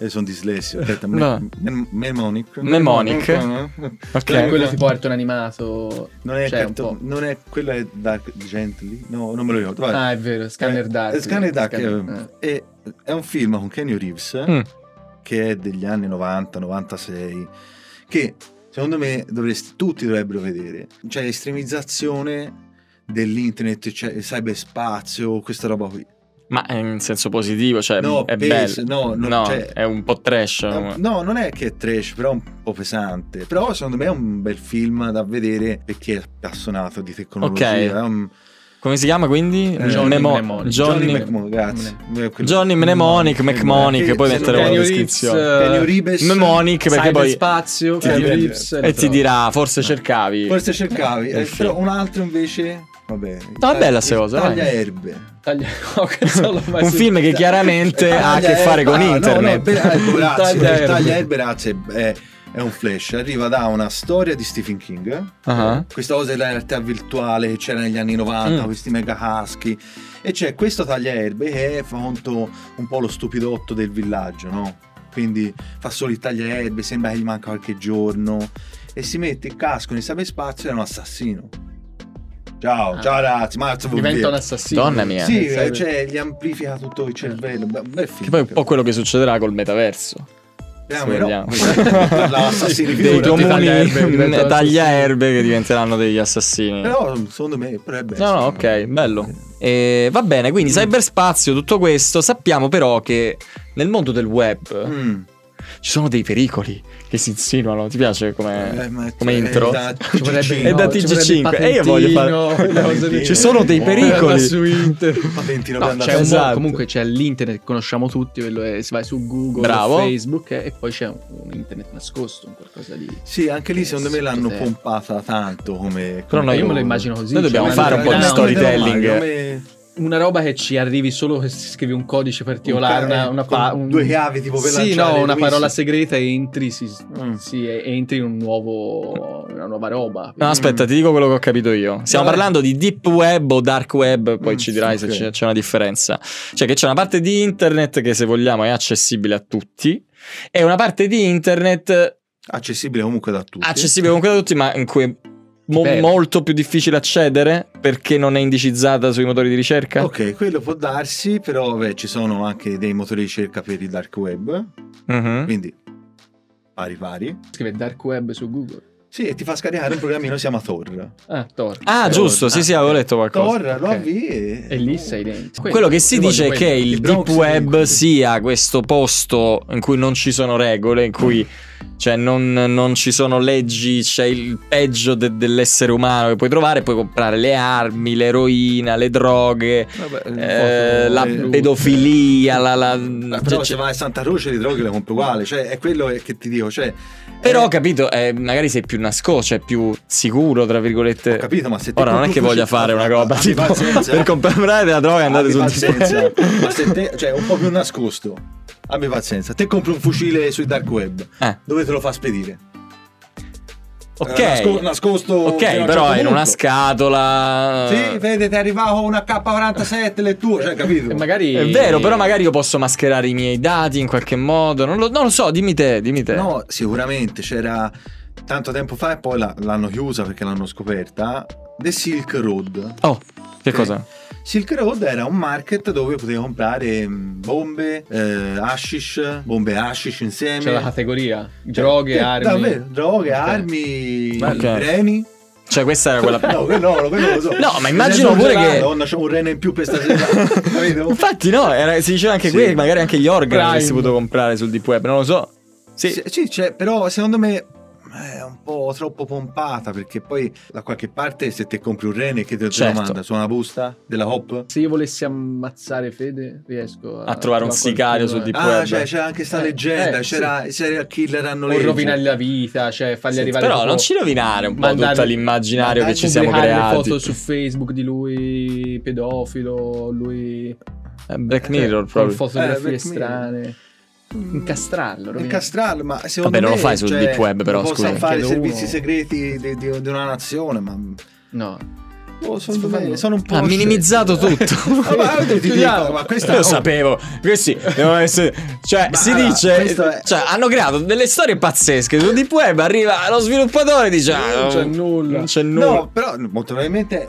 [SPEAKER 3] eh, sono dislessio. Aspetta,
[SPEAKER 1] No.
[SPEAKER 3] Mc- Mc- Mnemonic.
[SPEAKER 1] Mnemonic.
[SPEAKER 2] Cioè,
[SPEAKER 1] Ok.
[SPEAKER 2] quello tipo cartone animato.
[SPEAKER 3] Non è,
[SPEAKER 2] Cioè, un
[SPEAKER 3] cartone-
[SPEAKER 2] po'.
[SPEAKER 3] non è quella è Dark Gently? No, non me lo ricordo. Vai.
[SPEAKER 2] Ah, è vero, Scanner
[SPEAKER 3] Eh,
[SPEAKER 2] Dark.
[SPEAKER 3] Scanner Dark
[SPEAKER 2] Scanner-
[SPEAKER 3] eh, è, è un film con Kenny Reeves eh,
[SPEAKER 1] Mm.
[SPEAKER 3] che è degli anni 90-96 che secondo me dovresti, tutti dovrebbero vedere. Cioè estremizzazione dell'internet, cioè il cyberspazio, questa roba qui.
[SPEAKER 1] Ma è in senso positivo, cioè
[SPEAKER 3] No,
[SPEAKER 1] è
[SPEAKER 3] pes-
[SPEAKER 1] bello.
[SPEAKER 3] no, no, cioè-
[SPEAKER 1] è un po' trash.
[SPEAKER 3] No, no, non è che è trash, però è un po' pesante. Però secondo me è un bel film da vedere per chi è appassionato di tecnologia.
[SPEAKER 1] Ok.
[SPEAKER 3] È un-
[SPEAKER 1] Come si chiama quindi?
[SPEAKER 3] Eh,
[SPEAKER 2] Johnny
[SPEAKER 1] Memo-
[SPEAKER 2] Mnemonic.
[SPEAKER 1] Johnny,
[SPEAKER 3] Johnny,
[SPEAKER 1] Johnny,
[SPEAKER 3] McMahon, grazie. Eh, quello-
[SPEAKER 1] Mnemonic,
[SPEAKER 2] Mnemonic,
[SPEAKER 1] McMonic,
[SPEAKER 3] eh,
[SPEAKER 1] che poi
[SPEAKER 3] se
[SPEAKER 1] metteremo
[SPEAKER 3] non
[SPEAKER 1] nella
[SPEAKER 3] Keanu
[SPEAKER 1] descrizione.
[SPEAKER 3] Kenny Reeves
[SPEAKER 1] Mnemonic perché poi...
[SPEAKER 2] spazio,
[SPEAKER 3] Ti dirà-
[SPEAKER 1] E ti dirà, forse cercavi.
[SPEAKER 3] Forse cercavi, eh,
[SPEAKER 1] Sì.
[SPEAKER 3] però un altro invece. Vabbè,
[SPEAKER 1] No, è bella
[SPEAKER 3] il
[SPEAKER 1] sta cosa, vai.
[SPEAKER 3] Tagliaerbe.
[SPEAKER 1] un film che chiaramente ha a che fare con
[SPEAKER 3] Eh, Ah, no, no,
[SPEAKER 1] internet. <laughs>
[SPEAKER 3] beh, ecco, grazie,
[SPEAKER 2] Taglia
[SPEAKER 3] il
[SPEAKER 2] erbe.
[SPEAKER 3] Tagliaerbe, grazie, Eh, è, è è un flash, arriva da una storia di Stephen King,
[SPEAKER 1] Ah.
[SPEAKER 3] questa cosa della realtà virtuale che c'era negli anni 90,
[SPEAKER 1] Mm.
[SPEAKER 3] questi mega caschi, e c'è questo tagliaerbe che fa conto un po' lo stupidotto del villaggio, no? Quindi fa solo il tagliaerbe, sembra che gli manca qualche giorno, e si mette il casco nel cyberspazio ed è un assassino. Ciao,
[SPEAKER 2] Ah.
[SPEAKER 3] ciao ragazzi, Marzo vuol
[SPEAKER 2] Diventa
[SPEAKER 3] dire.
[SPEAKER 2] un assassino.
[SPEAKER 1] Donna mia.
[SPEAKER 3] Sì,
[SPEAKER 2] Eh, Nel cyber-
[SPEAKER 3] cioè gli amplifica tutto il cervello. Beh, bel
[SPEAKER 1] Che
[SPEAKER 3] film,
[SPEAKER 1] poi è un
[SPEAKER 3] però.
[SPEAKER 1] po' quello che succederà col metaverso.
[SPEAKER 3] Speriamo
[SPEAKER 1] se
[SPEAKER 3] di no. <laughs> Parlava assassini di
[SPEAKER 1] dei
[SPEAKER 3] figura,
[SPEAKER 2] comuni-
[SPEAKER 1] comuni
[SPEAKER 2] tagliaerbe
[SPEAKER 1] <laughs>
[SPEAKER 2] che diventano assassini.
[SPEAKER 1] tagliaerbe che diventeranno degli assassini.
[SPEAKER 3] Però secondo me potrebbe
[SPEAKER 1] No, no,
[SPEAKER 3] essere.
[SPEAKER 1] ok, bello. Eh, va bene,
[SPEAKER 3] Mm.
[SPEAKER 1] quindi cyberspazio, tutto questo. Sappiamo però che nel mondo del web
[SPEAKER 3] Mm.
[SPEAKER 1] ci sono dei pericoli che si insinuano. Ti piace
[SPEAKER 3] Eh,
[SPEAKER 1] come,
[SPEAKER 3] ma-
[SPEAKER 1] come
[SPEAKER 3] eh,
[SPEAKER 1] intro?
[SPEAKER 3] da-
[SPEAKER 2] Ci vorrebbe-
[SPEAKER 3] Gigi,
[SPEAKER 1] È da
[SPEAKER 2] no, ci
[SPEAKER 1] TG5.
[SPEAKER 2] vorrebbe
[SPEAKER 1] E io voglio
[SPEAKER 2] Patentino, <laughs> quelle cose lì.
[SPEAKER 1] fare. Ci sono dei
[SPEAKER 3] Oh,
[SPEAKER 2] Guarda
[SPEAKER 1] pericoli.
[SPEAKER 2] su internet.
[SPEAKER 3] Patentino
[SPEAKER 2] No,
[SPEAKER 3] per andare
[SPEAKER 2] c'è un
[SPEAKER 3] a-
[SPEAKER 1] Esatto.
[SPEAKER 2] mo- comunque c'è l'internet che conosciamo tutti, quello è, si vai su Google,
[SPEAKER 1] Bravo.
[SPEAKER 2] Facebook eh, e poi c'è un, un internet nascosto, un qualcosa di...
[SPEAKER 3] Sì, anche lì secondo me
[SPEAKER 2] Sì,
[SPEAKER 3] l'hanno
[SPEAKER 2] sì.
[SPEAKER 3] pompata tanto come...
[SPEAKER 1] Però
[SPEAKER 3] come-
[SPEAKER 1] noi-
[SPEAKER 2] io me lo immagino così.
[SPEAKER 1] Noi
[SPEAKER 2] cioè,
[SPEAKER 1] dobbiamo
[SPEAKER 2] una
[SPEAKER 1] fare un po' di
[SPEAKER 2] roba-
[SPEAKER 1] story. storytelling.
[SPEAKER 3] Come-
[SPEAKER 2] Una roba che ci arrivi solo se scrivi un codice particolare,
[SPEAKER 3] Un ca-
[SPEAKER 2] una, una
[SPEAKER 3] con
[SPEAKER 2] pa- un- eh,
[SPEAKER 3] due chiavi tipo per lanciare
[SPEAKER 2] Sì, no,
[SPEAKER 3] le
[SPEAKER 2] una
[SPEAKER 3] missili.
[SPEAKER 2] parola segreta e entri, si-
[SPEAKER 3] Mm.
[SPEAKER 2] sì, e- entri in un nuovo, una nuova roba.
[SPEAKER 1] No, aspetta, ti dico quello che ho capito io. Stiamo
[SPEAKER 3] Mm. Vabbè.
[SPEAKER 1] parlando di deep web o dark web, poi
[SPEAKER 3] Mm,
[SPEAKER 1] ci dirai
[SPEAKER 3] ok.
[SPEAKER 1] se c'è, c'è una differenza. Cioè che c'è una parte di internet che se vogliamo è accessibile a tutti e una parte di internet
[SPEAKER 3] Accessibile comunque da tutti.
[SPEAKER 1] accessibile comunque da tutti, ma in cui è mo-
[SPEAKER 2] Vero.
[SPEAKER 1] molto più difficile accedere perché non è indicizzata sui motori di ricerca.
[SPEAKER 3] Ok, quello può darsi, però beh, ci sono anche dei motori di ricerca per il dark web,
[SPEAKER 1] Mhm.
[SPEAKER 3] quindi pari pari.
[SPEAKER 2] Scrive dark web su Google.
[SPEAKER 3] Sì, e ti fa scaricare un programmino che si chiama Tor.
[SPEAKER 2] Ah, Tor.
[SPEAKER 1] Ah,
[SPEAKER 3] eh,
[SPEAKER 2] Tor.
[SPEAKER 1] giusto, sì, sì, avevo letto qualcosa.
[SPEAKER 3] Tor, lo
[SPEAKER 2] ok.
[SPEAKER 3] avvii e...
[SPEAKER 2] E lì sei dentro.
[SPEAKER 1] Quello che si
[SPEAKER 2] Io
[SPEAKER 1] dice è
[SPEAKER 2] voglio
[SPEAKER 1] che
[SPEAKER 2] quello.
[SPEAKER 1] il
[SPEAKER 3] Il Bronx
[SPEAKER 1] deep web
[SPEAKER 3] comunque.
[SPEAKER 1] sia questo posto in cui non ci sono regole, in cui cioè, non, non ci sono leggi, c'è il peggio de- dell'essere umano che puoi trovare, puoi comprare le armi, l'eroina, le droghe,
[SPEAKER 3] Vabbè,
[SPEAKER 1] eh,
[SPEAKER 3] foto-
[SPEAKER 1] la
[SPEAKER 3] eh,
[SPEAKER 1] pedofilia, la... la-
[SPEAKER 3] Ma
[SPEAKER 1] cioè,
[SPEAKER 3] però se vai a Santa Croce le droghe le compri uguale, cioè è quello che ti dico, cioè...
[SPEAKER 1] Però
[SPEAKER 3] eh,
[SPEAKER 1] ho capito, eh, magari sei più nascosto, cioè più sicuro, tra virgolette.
[SPEAKER 3] ho capito, ma se te
[SPEAKER 1] Ora non è che
[SPEAKER 3] compri Ah, un
[SPEAKER 1] voglia
[SPEAKER 3] crucifo-
[SPEAKER 1] fare una roba
[SPEAKER 3] Abbi
[SPEAKER 1] tipo,
[SPEAKER 3] pazienza,
[SPEAKER 1] per comprare della droga andate
[SPEAKER 3] abbi
[SPEAKER 1] sul
[SPEAKER 3] pazienza, ah, ma se te, cioè un po' più nascosto, abbi pazienza, te compri un fucile sui dark web,
[SPEAKER 1] <laughs> Eh.
[SPEAKER 3] dove te lo fa spedire?
[SPEAKER 1] Ok.
[SPEAKER 3] Eh, nasco- nascosto
[SPEAKER 1] Ok,
[SPEAKER 3] fino a un
[SPEAKER 1] però
[SPEAKER 3] certo
[SPEAKER 1] è in una
[SPEAKER 3] punto.
[SPEAKER 1] scatola. eh,
[SPEAKER 3] Sì, vedete, è arrivato una K47 le tue, cioè capito?
[SPEAKER 2] E magari...
[SPEAKER 1] È vero, però magari io posso mascherare i miei dati in qualche modo. Non lo, non lo so, dimmi te, dimmi te.
[SPEAKER 3] No, sicuramente c'era tanto tempo fa e poi la- l'hanno chiusa perché l'hanno scoperta, The Silk Road.
[SPEAKER 1] Oh, che
[SPEAKER 3] Ok.
[SPEAKER 1] cosa?
[SPEAKER 3] Silk Road era un market dove potevi comprare mh, bombe, eh, hashish, bombe e hashish insieme.
[SPEAKER 2] C'è la categoria. Droghe,
[SPEAKER 3] Eh,
[SPEAKER 2] armi.
[SPEAKER 3] Davvero, droghe,
[SPEAKER 2] Ok.
[SPEAKER 3] armi,
[SPEAKER 1] Bello.
[SPEAKER 3] reni.
[SPEAKER 1] Cioè, questa era quella.
[SPEAKER 3] <laughs> No, quello no, quello lo so.
[SPEAKER 1] No, ma immagino
[SPEAKER 3] Mi
[SPEAKER 1] pure
[SPEAKER 3] sento
[SPEAKER 1] che-
[SPEAKER 3] Madonna, c'ho un rene in più
[SPEAKER 1] <laughs>
[SPEAKER 3] per stasera. Capito?
[SPEAKER 1] Infatti, no, era- si diceva anche
[SPEAKER 3] Sì.
[SPEAKER 1] qui, magari anche gli organi
[SPEAKER 2] Prime.
[SPEAKER 1] avresti potuto comprare sul deep web. Non lo so. Sì.
[SPEAKER 3] Sì, sì, c'è, però secondo me eh, è un po' troppo pompata perché poi da qualche parte se te compri un rene che te lo
[SPEAKER 1] Certo.
[SPEAKER 3] domanda su una busta della hop
[SPEAKER 2] Se io volessi ammazzare Fede, riesco a...
[SPEAKER 1] A trovare un sicario
[SPEAKER 2] qualcuno,
[SPEAKER 1] sul di-
[SPEAKER 2] eh.
[SPEAKER 3] Ah,
[SPEAKER 1] web.
[SPEAKER 3] cioè, c'era anche sta
[SPEAKER 2] Eh,
[SPEAKER 3] leggenda,
[SPEAKER 2] eh,
[SPEAKER 3] c'era i serial killer hanno
[SPEAKER 2] O
[SPEAKER 3] legge.
[SPEAKER 2] rovinare la vita, cioè fargli
[SPEAKER 3] Sì,
[SPEAKER 2] arrivare...
[SPEAKER 1] Però
[SPEAKER 2] tipo-
[SPEAKER 1] non ci rovinare un po'
[SPEAKER 2] mandare-
[SPEAKER 1] tutto l'immaginario che
[SPEAKER 2] Dai,
[SPEAKER 1] ci siamo
[SPEAKER 2] pubblicare le
[SPEAKER 1] creati.
[SPEAKER 2] foto su Facebook di lui pedofilo, lui
[SPEAKER 1] Eh, Black Mirror,
[SPEAKER 2] cioè,
[SPEAKER 1] proprio.
[SPEAKER 2] con
[SPEAKER 3] Eh,
[SPEAKER 2] fotografie
[SPEAKER 3] Black Mirror.
[SPEAKER 2] strane. Incastrarlo, rovinare.
[SPEAKER 3] Incastrarlo, ma secondo
[SPEAKER 1] Vabbè,
[SPEAKER 3] me
[SPEAKER 1] non lo fai sul
[SPEAKER 3] cioè,
[SPEAKER 1] deep web, però,
[SPEAKER 3] non
[SPEAKER 1] scusa.
[SPEAKER 3] Possono fare i
[SPEAKER 2] Chiedo
[SPEAKER 3] servizi
[SPEAKER 2] uno.
[SPEAKER 3] segreti di, di- di una nazione, ma
[SPEAKER 2] No.
[SPEAKER 3] boh,
[SPEAKER 2] Sto
[SPEAKER 3] secondo
[SPEAKER 2] fanno-
[SPEAKER 3] me sono un po'
[SPEAKER 1] Ha
[SPEAKER 3] <laughs>
[SPEAKER 1] minimizzato
[SPEAKER 3] Ah,
[SPEAKER 1] tutto.
[SPEAKER 3] ma
[SPEAKER 1] <laughs>
[SPEAKER 3] guarda, ti dico, ma questa
[SPEAKER 1] Io lo sapevo, questi devono essere. Cioè,
[SPEAKER 3] Ma
[SPEAKER 1] si
[SPEAKER 3] allora,
[SPEAKER 1] dice.
[SPEAKER 3] questo è-
[SPEAKER 1] Cioè, hanno creato delle storie pazzesche. Sul deep web arriva lo sviluppatore e dice: "Ah,
[SPEAKER 2] Non c'è
[SPEAKER 1] no,
[SPEAKER 2] nulla."
[SPEAKER 1] Non c'è nulla.
[SPEAKER 3] No, però molto probabilmente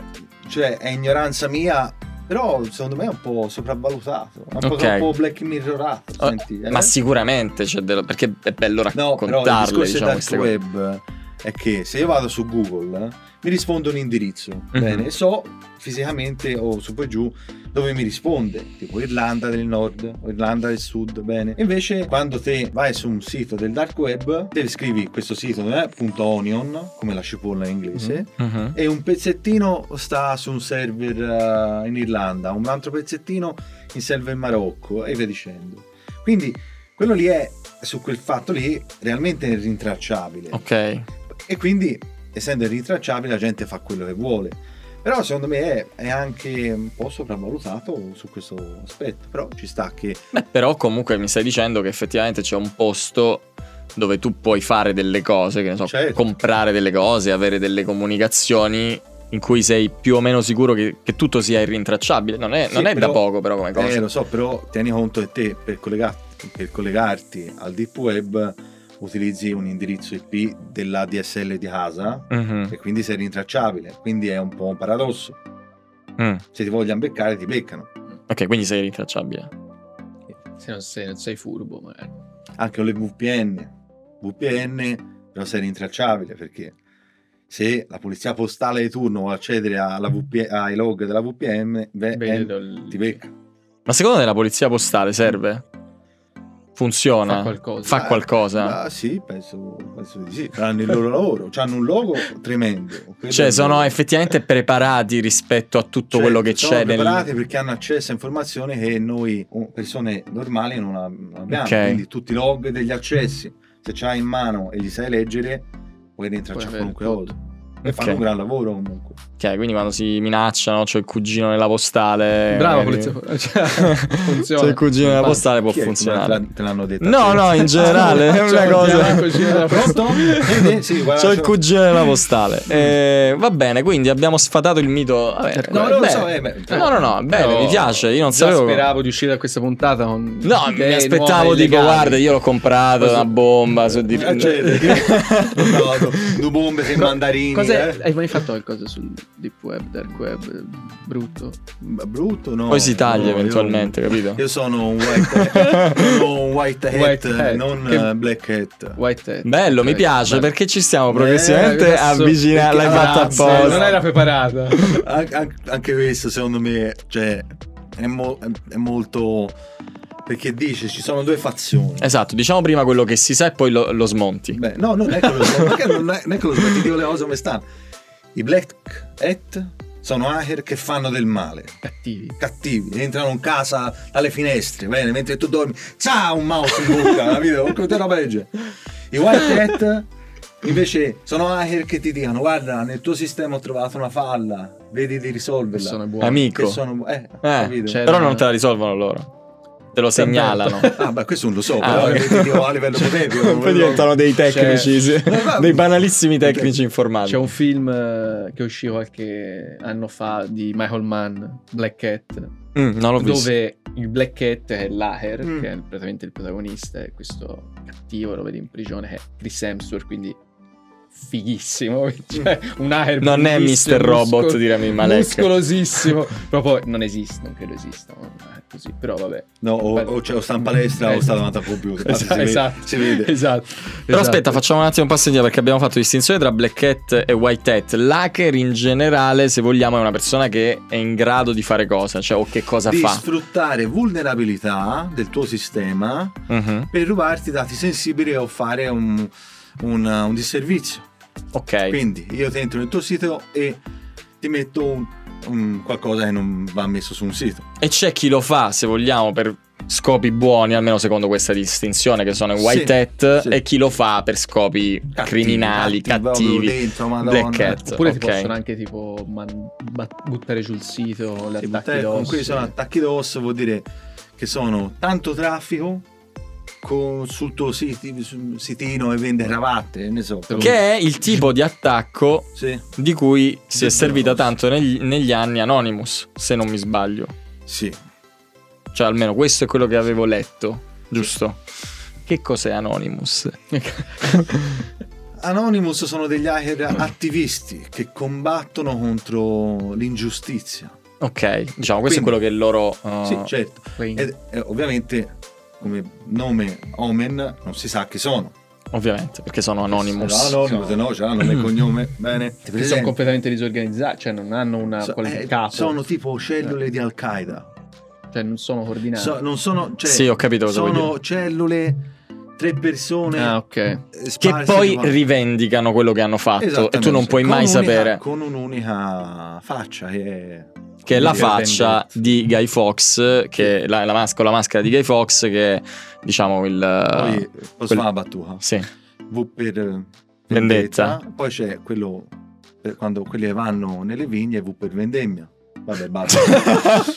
[SPEAKER 3] cioè, è ignoranza mia, però secondo me è un po' sopravvalutato, è un po'
[SPEAKER 1] Ok.
[SPEAKER 3] troppo black mirrorato,
[SPEAKER 1] Oh,
[SPEAKER 3] senti, eh?
[SPEAKER 1] Ma sicuramente c'è dello- perché è bello
[SPEAKER 3] No, però il
[SPEAKER 1] raccontarle,
[SPEAKER 3] discorso del
[SPEAKER 1] diciamo,
[SPEAKER 3] dark
[SPEAKER 1] queste cose.
[SPEAKER 3] web è che se io vado su Google eh, mi risponde un indirizzo,
[SPEAKER 1] Mhm.
[SPEAKER 3] bene, so fisicamente o su poi giù dove mi risponde, tipo Irlanda del Nord o Irlanda del Sud, bene. Invece quando te vai su un sito del dark web, te scrivi questo sito, eh, punto .onion, come la cipolla in inglese,
[SPEAKER 1] Mhm.
[SPEAKER 3] e un pezzettino sta su un server eh, in Irlanda, un altro pezzettino in server in Marocco e via dicendo. Quindi quello lì è su quel fatto lì realmente è rintracciabile
[SPEAKER 1] Ok.
[SPEAKER 3] e quindi essendo rintracciabile la gente fa quello che vuole. Però secondo me è, è anche un po' sopravvalutato su questo aspetto, però ci sta che
[SPEAKER 1] Beh, però comunque mi stai dicendo che effettivamente c'è un posto dove tu puoi fare delle cose, che ne so,
[SPEAKER 3] Certo.
[SPEAKER 1] comprare delle cose, avere delle comunicazioni in cui sei più o meno sicuro che, che tutto sia irrintracciabile. Non è,
[SPEAKER 3] Sì,
[SPEAKER 1] non è da
[SPEAKER 3] però-
[SPEAKER 1] poco però come cosa.
[SPEAKER 3] Eh, lo so, però tieni conto che te per, collega- per collegarti al deep web utilizzi un indirizzo IP della DSL di casa
[SPEAKER 1] Mhm,
[SPEAKER 3] e quindi sei rintracciabile, quindi è un po' un paradosso.
[SPEAKER 1] mm.
[SPEAKER 3] Se ti vogliono beccare ti beccano,
[SPEAKER 1] Ok, quindi sei rintracciabile.
[SPEAKER 2] Se non sei, non sei furbo, magari.
[SPEAKER 3] anche con le VPN. VPN però sei rintracciabile perché se la polizia postale di turno vuole accedere alla VP ai log della VPN, beh,
[SPEAKER 2] Vedo
[SPEAKER 3] eh,
[SPEAKER 2] il-
[SPEAKER 3] ti becca.
[SPEAKER 1] Ma secondo te la polizia postale serve? Funziona?
[SPEAKER 2] Fa qualcosa.
[SPEAKER 1] Fa qualcosa?
[SPEAKER 3] Ah, sì, penso, penso di sì. Faranno il loro lavoro. Hanno un logo tremendo. Quello è
[SPEAKER 1] Cioè,
[SPEAKER 3] il
[SPEAKER 1] sono
[SPEAKER 3] loro-
[SPEAKER 1] effettivamente preparati rispetto a tutto
[SPEAKER 3] Cioè,
[SPEAKER 1] quello che
[SPEAKER 3] sono
[SPEAKER 1] c'è
[SPEAKER 3] preparati
[SPEAKER 1] nel.
[SPEAKER 3] perché hanno accesso a informazioni che noi oh, persone normali non ha- non abbiamo.
[SPEAKER 1] Ok.
[SPEAKER 3] Quindi tutti i log degli accessi. Se c'hai in mano e li sai leggere, puoi
[SPEAKER 2] Puoi
[SPEAKER 3] rintracciare
[SPEAKER 2] avere
[SPEAKER 3] qualunque
[SPEAKER 2] tutto.
[SPEAKER 3] cosa. E
[SPEAKER 1] Ok.
[SPEAKER 3] fanno un gran lavoro comunque.
[SPEAKER 1] Ok, quindi quando si minacciano, c'è il cugino nella postale.
[SPEAKER 2] Brava
[SPEAKER 1] magari-
[SPEAKER 2] polizia. Eh, <laughs> Cioè, funziona.
[SPEAKER 1] C'è il cugino nella
[SPEAKER 2] Infatti.
[SPEAKER 1] postale, può
[SPEAKER 3] Chi è che
[SPEAKER 1] funzionare.
[SPEAKER 3] te l'ha- Te l'hanno detto. Cioè,
[SPEAKER 1] No, no, in
[SPEAKER 3] <laughs>
[SPEAKER 1] generale, è una
[SPEAKER 2] Ciao,
[SPEAKER 1] cosa.
[SPEAKER 2] <laughs> Gianco, cugino della
[SPEAKER 3] Pronto? Sì, sì, guarda, Mm.
[SPEAKER 1] C'ho il
[SPEAKER 3] c'ho-
[SPEAKER 1] cugino nella
[SPEAKER 3] <laughs>
[SPEAKER 1] postale. Eh, va bene, quindi abbiamo sfatato il mito. Vabbè,
[SPEAKER 2] No,
[SPEAKER 1] eh,
[SPEAKER 3] non lo
[SPEAKER 1] beh.
[SPEAKER 3] so, eh, beh,
[SPEAKER 1] No, no, no, bene,
[SPEAKER 2] Però
[SPEAKER 1] mi piace. Io non
[SPEAKER 2] già
[SPEAKER 1] sapevo.
[SPEAKER 2] speravo di uscire da questa puntata con
[SPEAKER 1] No, mi
[SPEAKER 2] idee
[SPEAKER 1] aspettavo,
[SPEAKER 2] nuove,
[SPEAKER 1] dico,
[SPEAKER 2] illegali.
[SPEAKER 1] guarda, io l'ho comprato
[SPEAKER 2] Questo-
[SPEAKER 1] una bomba su di...
[SPEAKER 3] Eh,
[SPEAKER 1] <laughs>
[SPEAKER 3] cioè, <laughs> no, no, due bombe e
[SPEAKER 2] Co-
[SPEAKER 3] mandarini.
[SPEAKER 2] cos'è-
[SPEAKER 3] eh.
[SPEAKER 2] Hai mai fatto qualcosa sul deep web, dark web, eh, brutto?
[SPEAKER 3] Ma Brutto no.
[SPEAKER 1] Poi si taglia
[SPEAKER 3] No,
[SPEAKER 1] eventualmente,
[SPEAKER 3] io,
[SPEAKER 1] capito?
[SPEAKER 3] Io sono un white hat,
[SPEAKER 2] <laughs>
[SPEAKER 3] sono un white hat,
[SPEAKER 2] White hat.
[SPEAKER 3] non
[SPEAKER 2] Che-
[SPEAKER 3] eh, black hat.
[SPEAKER 2] White hat.
[SPEAKER 1] Bello, mi
[SPEAKER 2] Ok,
[SPEAKER 1] piace
[SPEAKER 2] bello.
[SPEAKER 1] perché ci stiamo
[SPEAKER 3] Eh, Beh, Eh,
[SPEAKER 1] progressivamente
[SPEAKER 2] adesso-
[SPEAKER 1] avvicinando. L'hai
[SPEAKER 3] perché-
[SPEAKER 1] fatto
[SPEAKER 3] Grazie,
[SPEAKER 1] apposta.
[SPEAKER 2] Non era preparata.
[SPEAKER 3] An- an- anche questo secondo me cioè, è, mo- è molto... Perché dice ci sono due fazioni.
[SPEAKER 1] Esatto, diciamo prima quello che si sa e poi lo, lo smonti.
[SPEAKER 3] Beh, no, no, non è quello
[SPEAKER 2] <laughs>
[SPEAKER 3] sbaglio, perché non è, non è quello sbaglio, ti dico le cose come stanno. I black hat sono hacker che fanno del male.
[SPEAKER 2] Cattivi.
[SPEAKER 3] cattivi, entrano in casa dalle finestre, bene, mentre tu dormi, c'ha un mouse in bocca, <laughs> capito? Con te roba del genere. I white
[SPEAKER 1] <laughs>
[SPEAKER 3] hat invece sono hacker che ti dicono guarda nel tuo sistema ho trovato una falla, vedi di risolverla.
[SPEAKER 2] Persone buone.
[SPEAKER 3] che
[SPEAKER 1] Amico.
[SPEAKER 3] sono eh,
[SPEAKER 1] Eh,
[SPEAKER 3] capito?
[SPEAKER 2] cioè-
[SPEAKER 1] però non te la risolvono loro. Te lo segnalano.
[SPEAKER 3] <laughs> Ah, beh, questo non lo
[SPEAKER 1] <laughs>
[SPEAKER 3] so,
[SPEAKER 1] Ah,
[SPEAKER 3] però
[SPEAKER 1] ok. Cioè,
[SPEAKER 3] eh, ti dico
[SPEAKER 1] <laughs>
[SPEAKER 3] a livello potente. non
[SPEAKER 1] Poi
[SPEAKER 3] lo-
[SPEAKER 1] diventano dei tecnici, sì.
[SPEAKER 3] cioè, <laughs> No, no.
[SPEAKER 1] dei banalissimi tecnici informatici.
[SPEAKER 2] C'è un film eh, che uscì qualche anno fa di Michael Mann, Black Cat,
[SPEAKER 1] Mm, non l'ho visto.
[SPEAKER 2] dove il Black Cat è l'Aher,
[SPEAKER 3] Mm.
[SPEAKER 2] che è praticamente il protagonista, è questo cattivo, lo vedi in prigione, che è Chris Hemsworth, quindi fighissimo, <laughs> cioè un Aher
[SPEAKER 1] Non è
[SPEAKER 2] bellissimo,
[SPEAKER 1] Mr. Robot
[SPEAKER 2] muscolo-
[SPEAKER 1] di Rami Malek. <laughs>
[SPEAKER 2] Muscolosissimo, però poi non esiste, non credo esista, un Aher così, però vabbè.
[SPEAKER 3] No, o, o, cioè, o sta in palestra o sta davanti al
[SPEAKER 2] <laughs>
[SPEAKER 1] <laughs>
[SPEAKER 3] computer. Infatti
[SPEAKER 2] Esatto,
[SPEAKER 3] si vede- si vede.
[SPEAKER 2] esatto, <laughs> esatto.
[SPEAKER 1] Però
[SPEAKER 2] esatto.
[SPEAKER 1] aspetta, facciamo un attimo un passo indietro perché abbiamo fatto distinzione tra black hat e white hat. L'hacker in generale, se vogliamo, è una persona che è in grado di fare cosa, cioè o che cosa
[SPEAKER 3] Di
[SPEAKER 1] fa.
[SPEAKER 3] sfruttare vulnerabilità del tuo sistema
[SPEAKER 1] Mhm.
[SPEAKER 3] per rubarti dati sensibili o fare un, un- un disservizio.
[SPEAKER 1] Ok.
[SPEAKER 3] Quindi io ti entro nel tuo sito e ti metto un, un qualcosa che non va messo su un sito.
[SPEAKER 1] E c'è chi lo fa, se vogliamo, per scopi buoni, almeno secondo questa distinzione, che sono i
[SPEAKER 3] Sì,
[SPEAKER 1] white hat,
[SPEAKER 3] sì.
[SPEAKER 1] e chi lo fa per scopi
[SPEAKER 3] Cattivi,
[SPEAKER 1] criminali,
[SPEAKER 3] proprio
[SPEAKER 1] cattivi.
[SPEAKER 3] dentro, Madonna.
[SPEAKER 1] Black hat.
[SPEAKER 2] Oppure ti
[SPEAKER 1] ok.
[SPEAKER 2] possono anche tipo man- bat- buttare sul sito le
[SPEAKER 3] Sì,
[SPEAKER 2] attacchi
[SPEAKER 3] te- eh, con
[SPEAKER 2] d'osso.
[SPEAKER 3] quelli sono attacchi d'osso, vuol dire che sono tanto traffico con- sul tuo siti- sul sitino e vende cravatte, ne so.
[SPEAKER 1] Che è il tipo di attacco
[SPEAKER 3] Sì,
[SPEAKER 1] di cui si è
[SPEAKER 3] Sì,
[SPEAKER 1] servita
[SPEAKER 3] no.
[SPEAKER 1] tanto negli, negli anni Anonymous, se non mi sbaglio.
[SPEAKER 3] sì.
[SPEAKER 1] Cioè, almeno questo è quello che avevo letto, giusto? Che cos'è
[SPEAKER 3] <laughs>
[SPEAKER 1] Anonymous?
[SPEAKER 3] Anonymous sono degli hacker attivisti che combattono contro l'ingiustizia.
[SPEAKER 1] Ok, diciamo, questo
[SPEAKER 3] Quindi-
[SPEAKER 1] è quello che è il loro... uh,
[SPEAKER 3] Sì, certo.
[SPEAKER 2] Quindi-
[SPEAKER 3] Ed, eh, ovviamente come nome Omen non si sa chi sono.
[SPEAKER 1] Ovviamente, perché sono Anonymous.
[SPEAKER 3] Sarà Anonymous, se no, c'è nome
[SPEAKER 1] Mm.
[SPEAKER 3] e cognome. Bene. Ti
[SPEAKER 2] Che sono completamente disorganizzati, cioè non hanno una
[SPEAKER 3] So-
[SPEAKER 2] quel
[SPEAKER 3] eh,
[SPEAKER 2] capo,
[SPEAKER 3] sono tipo cellule
[SPEAKER 1] Eh.
[SPEAKER 3] di Al-Qaeda.
[SPEAKER 2] cioè non sono coordinati. <laughs>
[SPEAKER 3] So- <laughs> non sono, cioè,
[SPEAKER 1] Sì, ho capito cosa vuoi
[SPEAKER 3] sono cellule, tre persone
[SPEAKER 2] ah, ok.
[SPEAKER 3] eh,
[SPEAKER 1] che
[SPEAKER 3] sparse
[SPEAKER 1] poi
[SPEAKER 3] tipo-
[SPEAKER 1] rivendicano quello che hanno fatto
[SPEAKER 3] Esattamente.
[SPEAKER 1] e tu non puoi
[SPEAKER 3] Con
[SPEAKER 1] mai
[SPEAKER 3] un'unica-
[SPEAKER 1] sapere
[SPEAKER 3] Con un'unica faccia che è...
[SPEAKER 1] che è la
[SPEAKER 2] Quindi dipende-
[SPEAKER 1] faccia di Guy Fox che è la, la mas- con la maschera di Guy Fox che è diciamo
[SPEAKER 3] Poi
[SPEAKER 1] il
[SPEAKER 3] posso
[SPEAKER 1] quel-
[SPEAKER 3] fare una battuta?
[SPEAKER 1] sì
[SPEAKER 3] V per eh,
[SPEAKER 1] Vendetta.
[SPEAKER 3] vendetta, poi c'è quello per quando quelli vanno nelle vigne, V per vendemmia. Vabbè,
[SPEAKER 1] <laughs>
[SPEAKER 3] basta.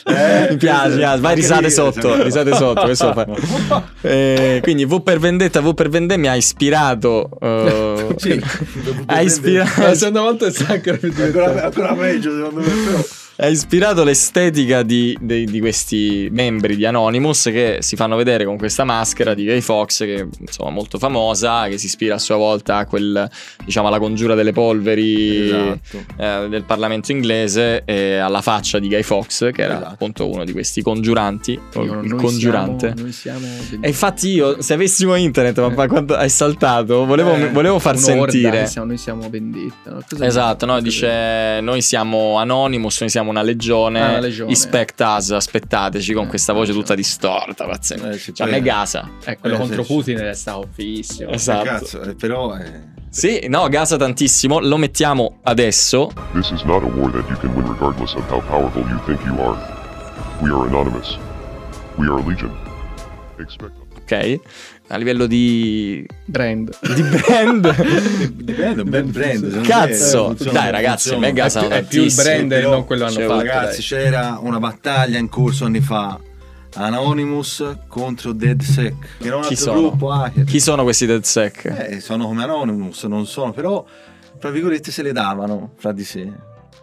[SPEAKER 3] Eh,
[SPEAKER 1] Mi piace, ah, vai risate
[SPEAKER 3] cioè.
[SPEAKER 1] sotto, risate sotto, questo
[SPEAKER 3] <laughs>
[SPEAKER 1] lo fa. Eh, quindi V per Vendetta, V per Vendetta mi ha ispirato... eh,
[SPEAKER 3] Sì,
[SPEAKER 1] ha, ispira-
[SPEAKER 2] La Eh, seconda volta è sacra più
[SPEAKER 3] ancora,
[SPEAKER 2] divertente.
[SPEAKER 3] ancora peggio, secondo me. Però.
[SPEAKER 1] ha ispirato l'estetica di, dei- di questi membri di Anonymous che si fanno vedere con questa maschera di Gay Fox, che è insomma molto famosa, che si ispira a sua volta a quel, diciamo, alla congiura delle polveri.
[SPEAKER 3] Esatto.
[SPEAKER 1] eh, del Parlamento inglese e alla faccia di Guy Fox, che era
[SPEAKER 3] Esatto.
[SPEAKER 1] appunto uno di questi congiuranti, o
[SPEAKER 2] Dicono,
[SPEAKER 1] il
[SPEAKER 2] noi
[SPEAKER 1] congiurante.
[SPEAKER 2] siamo- noi siamo degli-
[SPEAKER 1] E infatti io, se avessimo internet, ma ma quando hai saltato, volevo,
[SPEAKER 2] Eh,
[SPEAKER 1] volevo far
[SPEAKER 2] un'orda,
[SPEAKER 1] sentire.
[SPEAKER 2] noi siamo- noi siamo vendetta. no? Cosa-
[SPEAKER 1] Esatto, no?
[SPEAKER 2] cosa-
[SPEAKER 1] dice noi siamo Anonymous, noi siamo una legione,
[SPEAKER 2] Ah, una legione.
[SPEAKER 1] expect us, aspettateci con
[SPEAKER 2] Eh,
[SPEAKER 1] questa voce
[SPEAKER 2] legione.
[SPEAKER 1] tutta distorta, pazzesca.
[SPEAKER 3] Eh, sì,
[SPEAKER 1] Cioè, a
[SPEAKER 3] poi-
[SPEAKER 1] me Gaza.
[SPEAKER 2] Eh, quello
[SPEAKER 3] Eh,
[SPEAKER 2] contro
[SPEAKER 3] sì, sì.
[SPEAKER 2] Putin è stato fighissimo.
[SPEAKER 1] Esatto.
[SPEAKER 3] Cazzo, eh, però... eh,
[SPEAKER 1] Sì, no, Gaza tantissimo, lo mettiamo adesso.
[SPEAKER 4] This is not a war that you can win regardless of how powerful you think you are. We are anonymous. We are legion. Expect
[SPEAKER 1] Ok, a livello di, <laughs>
[SPEAKER 2] Brand.
[SPEAKER 1] di
[SPEAKER 2] <laughs>
[SPEAKER 1] brand.
[SPEAKER 3] Dipende, un bel brand. secondo me, eh,
[SPEAKER 1] Cazzo!
[SPEAKER 3] funziona,
[SPEAKER 1] Dai, ragazzi,
[SPEAKER 3] funziona.
[SPEAKER 1] mega sono
[SPEAKER 2] è più il
[SPEAKER 1] tantissimi.
[SPEAKER 2] brand e
[SPEAKER 3] però-
[SPEAKER 2] non quello hanno
[SPEAKER 1] cioè,
[SPEAKER 2] fatto.
[SPEAKER 3] Ragazzi, c'era una battaglia in corso anni fa. Anonymous contro DeadSec. Che era un
[SPEAKER 1] Chi
[SPEAKER 3] altro
[SPEAKER 1] sono?
[SPEAKER 3] gruppo hacker.
[SPEAKER 1] Chi sono questi Dead Sec?
[SPEAKER 3] Eh, sono come Anonymous, non sono, però tra virgolette se le davano fra di sé.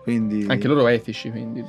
[SPEAKER 3] Quindi
[SPEAKER 2] dai. Anche loro etici, quindi.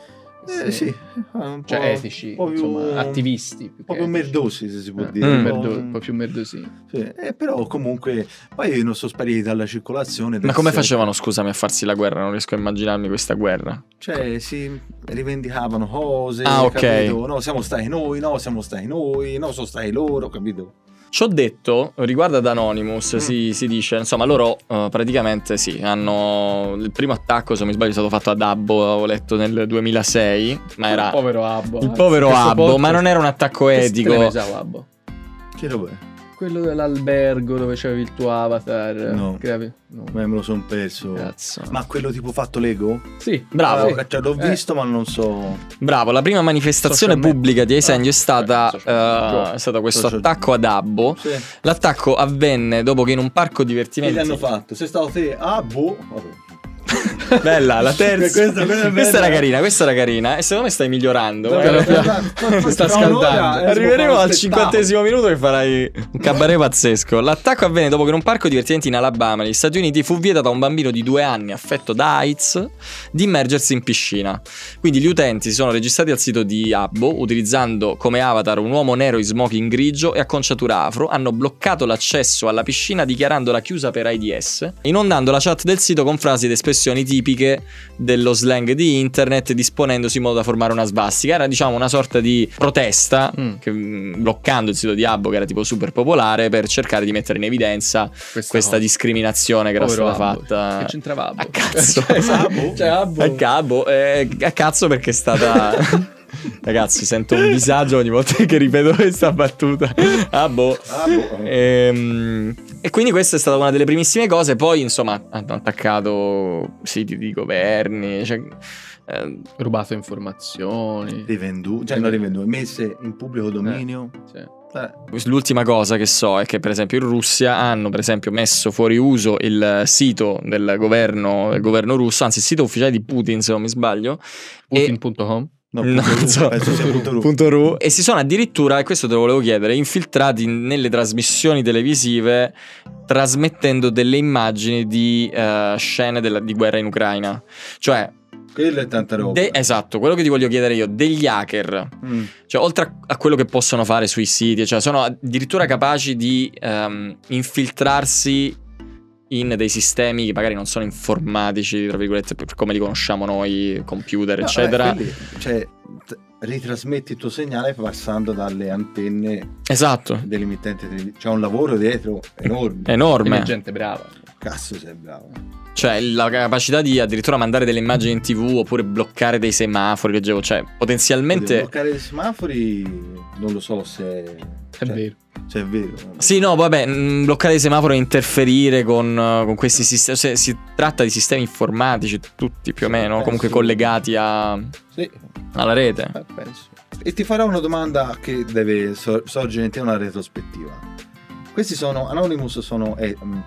[SPEAKER 3] eh, sì, un po',
[SPEAKER 2] Cioè, etici,
[SPEAKER 3] un po' più-
[SPEAKER 2] insomma, attivisti. Più
[SPEAKER 3] un po' più
[SPEAKER 2] che etici.
[SPEAKER 3] merdosi, se si può
[SPEAKER 2] Eh,
[SPEAKER 3] dire.
[SPEAKER 1] Mm.
[SPEAKER 2] più
[SPEAKER 3] un po'-
[SPEAKER 2] merdo- un po' più merdosini.
[SPEAKER 3] sì. Eh, però comunque poi non sono spariti dalla circolazione.
[SPEAKER 1] Ma come
[SPEAKER 3] DeadSec.
[SPEAKER 1] facevano, scusami, a farsi la guerra? Non riesco a immaginarmi questa guerra.
[SPEAKER 3] Cioè, si rivendicavano cose.
[SPEAKER 1] Ah, ok.
[SPEAKER 3] capito? No, siamo stati noi, no, siamo stati noi, no, sono stati loro, capito?
[SPEAKER 1] Ci ho detto, riguardo ad
[SPEAKER 2] Mm.
[SPEAKER 1] Anonymous, si, si dice, insomma, loro eh, praticamente sì, hanno... Il primo attacco, se non mi sbaglio, è stato fatto ad Abbo, avevo letto nel 2006, ma era...
[SPEAKER 2] Il povero Abbo.
[SPEAKER 1] il povero
[SPEAKER 2] Questo
[SPEAKER 1] Abbo,
[SPEAKER 2] podcast-
[SPEAKER 1] ma non era un attacco
[SPEAKER 2] Che te ne
[SPEAKER 1] etico.
[SPEAKER 2] pensavo, Abbo?
[SPEAKER 3] Che roba è?
[SPEAKER 2] Quello dell'albergo dove c'avevi il tuo avatar.
[SPEAKER 3] No.
[SPEAKER 2] creavi- no.
[SPEAKER 3] Ma me lo sono perso.
[SPEAKER 2] Cazzo.
[SPEAKER 3] Ma quello tipo fatto Lego?
[SPEAKER 2] Sì,
[SPEAKER 1] Bravo.
[SPEAKER 2] sì.
[SPEAKER 3] Ah, cioè, l'ho
[SPEAKER 2] Eh.
[SPEAKER 3] visto, ma non so.
[SPEAKER 1] Bravo, la prima manifestazione
[SPEAKER 2] Social media.
[SPEAKER 1] pubblica di Eisenio è
[SPEAKER 2] Ah,
[SPEAKER 1] stata,
[SPEAKER 2] eh, social media.
[SPEAKER 1] eh, è stato questo
[SPEAKER 3] Social-
[SPEAKER 1] attacco ad Abbo.
[SPEAKER 3] Sì.
[SPEAKER 1] L'attacco avvenne dopo che in un parco
[SPEAKER 3] Che gli
[SPEAKER 1] divertimenti
[SPEAKER 3] hanno fatto? Sei stato te? Ah, boh. Vabbè.
[SPEAKER 1] Bella, <laughs> la terza.
[SPEAKER 3] Questa- questa è bella.
[SPEAKER 1] Questa era carina, questa era carina. E secondo me stai migliorando.
[SPEAKER 3] Vabbè,
[SPEAKER 1] Guarda, <laughs>
[SPEAKER 3] vabbè,
[SPEAKER 1] fra-
[SPEAKER 3] vabbè.
[SPEAKER 2] Si sta
[SPEAKER 3] Fra un'ora,
[SPEAKER 2] scaldando.
[SPEAKER 3] eh,
[SPEAKER 1] Arriveremo
[SPEAKER 3] si
[SPEAKER 1] al
[SPEAKER 3] può fare un spettacolo.
[SPEAKER 1] cinquantesimo minuto e farai un cabaret pazzesco. L'attacco avvenne dopo che in un parco divertente in Alabama, negli Stati Uniti, fu vietato a un bambino di due anni affetto da AIDS di immergersi in piscina. Quindi gli utenti si sono registrati al sito di Abbo utilizzando come avatar un uomo nero in smoking grigio e acconciatura afro, hanno bloccato l'accesso alla piscina dichiarandola chiusa per AIDS, inondando la chat del sito con frasi ed espressioni tipiche dello slang di internet disponendosi in modo da formare una svastica. Era diciamo una sorta di protesta
[SPEAKER 2] Mm.
[SPEAKER 1] che, mm, bloccando il sito di Abbo che era tipo super popolare per cercare di mettere in evidenza questa
[SPEAKER 2] cosa.
[SPEAKER 1] discriminazione che era
[SPEAKER 2] Povero
[SPEAKER 1] stata
[SPEAKER 2] Abbo.
[SPEAKER 1] fatta
[SPEAKER 2] Che c'entrava Abbo?
[SPEAKER 1] a cazzo.
[SPEAKER 2] <laughs> Cioè,
[SPEAKER 3] Abbo?
[SPEAKER 2] Cioè, Abbo.
[SPEAKER 1] a cabo, eh, a cazzo perché è stata.
[SPEAKER 2] <laughs>
[SPEAKER 1] Ragazzi, sento un disagio ogni volta che ripeto questa battuta. Ah, boh.
[SPEAKER 3] Ah, boh.
[SPEAKER 1] Ehm, e quindi questa è stata una delle primissime cose. Poi, insomma, hanno attaccato siti di governi. Cioè, ehm,
[SPEAKER 2] Rubato informazioni.
[SPEAKER 3] Rivendu- cioè, non rivendu- messe in pubblico dominio.
[SPEAKER 2] Sì.
[SPEAKER 3] Eh,
[SPEAKER 1] l'ultima cosa che so è che, per esempio, in Russia hanno, per esempio, messo fuori uso il sito del governo, del governo russo, anzi, il sito ufficiale di Putin, se non mi sbaglio. e-
[SPEAKER 2] Putin.com.
[SPEAKER 3] no,
[SPEAKER 1] No,
[SPEAKER 3] punto ru,
[SPEAKER 1] so.
[SPEAKER 3] penso sia punto ru.
[SPEAKER 1] Punto ru. e si sono addirittura, e questo te lo volevo chiedere, infiltrati nelle trasmissioni televisive trasmettendo delle immagini di eh, scene della- di guerra in Ucraina. Cioè,
[SPEAKER 3] Quello è tanta roba.
[SPEAKER 1] de- esatto, quello che ti voglio chiedere io, degli hacker,
[SPEAKER 3] Mm.
[SPEAKER 1] cioè oltre a, a quello che possono fare sui siti, cioè sono addirittura capaci di ehm, infiltrarsi in dei sistemi che magari non sono informatici, tra virgolette, per come li conosciamo noi, computer,
[SPEAKER 3] No,
[SPEAKER 1] eccetera.
[SPEAKER 3] eh, quelli- cioè, t- ritrasmetti il tuo segnale passando dalle antenne
[SPEAKER 1] Esatto,
[SPEAKER 3] dell'emittente televisiva. C'è un lavoro dietro enorme.
[SPEAKER 1] enorme.
[SPEAKER 2] Quindi gente brava.
[SPEAKER 3] Cazzo, sei bravo.
[SPEAKER 1] Cioè, la capacità di addirittura mandare delle immagini in tv oppure bloccare dei semafori, leggevo, ccioè,
[SPEAKER 3] Mentre...
[SPEAKER 1] potenzialmente.
[SPEAKER 3] Bloccare i semafori non lo so se
[SPEAKER 2] È
[SPEAKER 3] cioè,
[SPEAKER 2] vero.
[SPEAKER 3] se è vero.
[SPEAKER 1] Sì, no, vabbè, mh, bloccare i semafori e interferire con, eh, con questi sistemi. se- si tratta di sistemi informatici, tutti più o meno,
[SPEAKER 3] penso.
[SPEAKER 1] comunque collegati a-
[SPEAKER 3] Sì,
[SPEAKER 1] alla rete.
[SPEAKER 3] eh, penso. E ti farò una domanda che deve sor- sorgere in te una retrospettiva. Questi sono Anonymous sono eh, mh,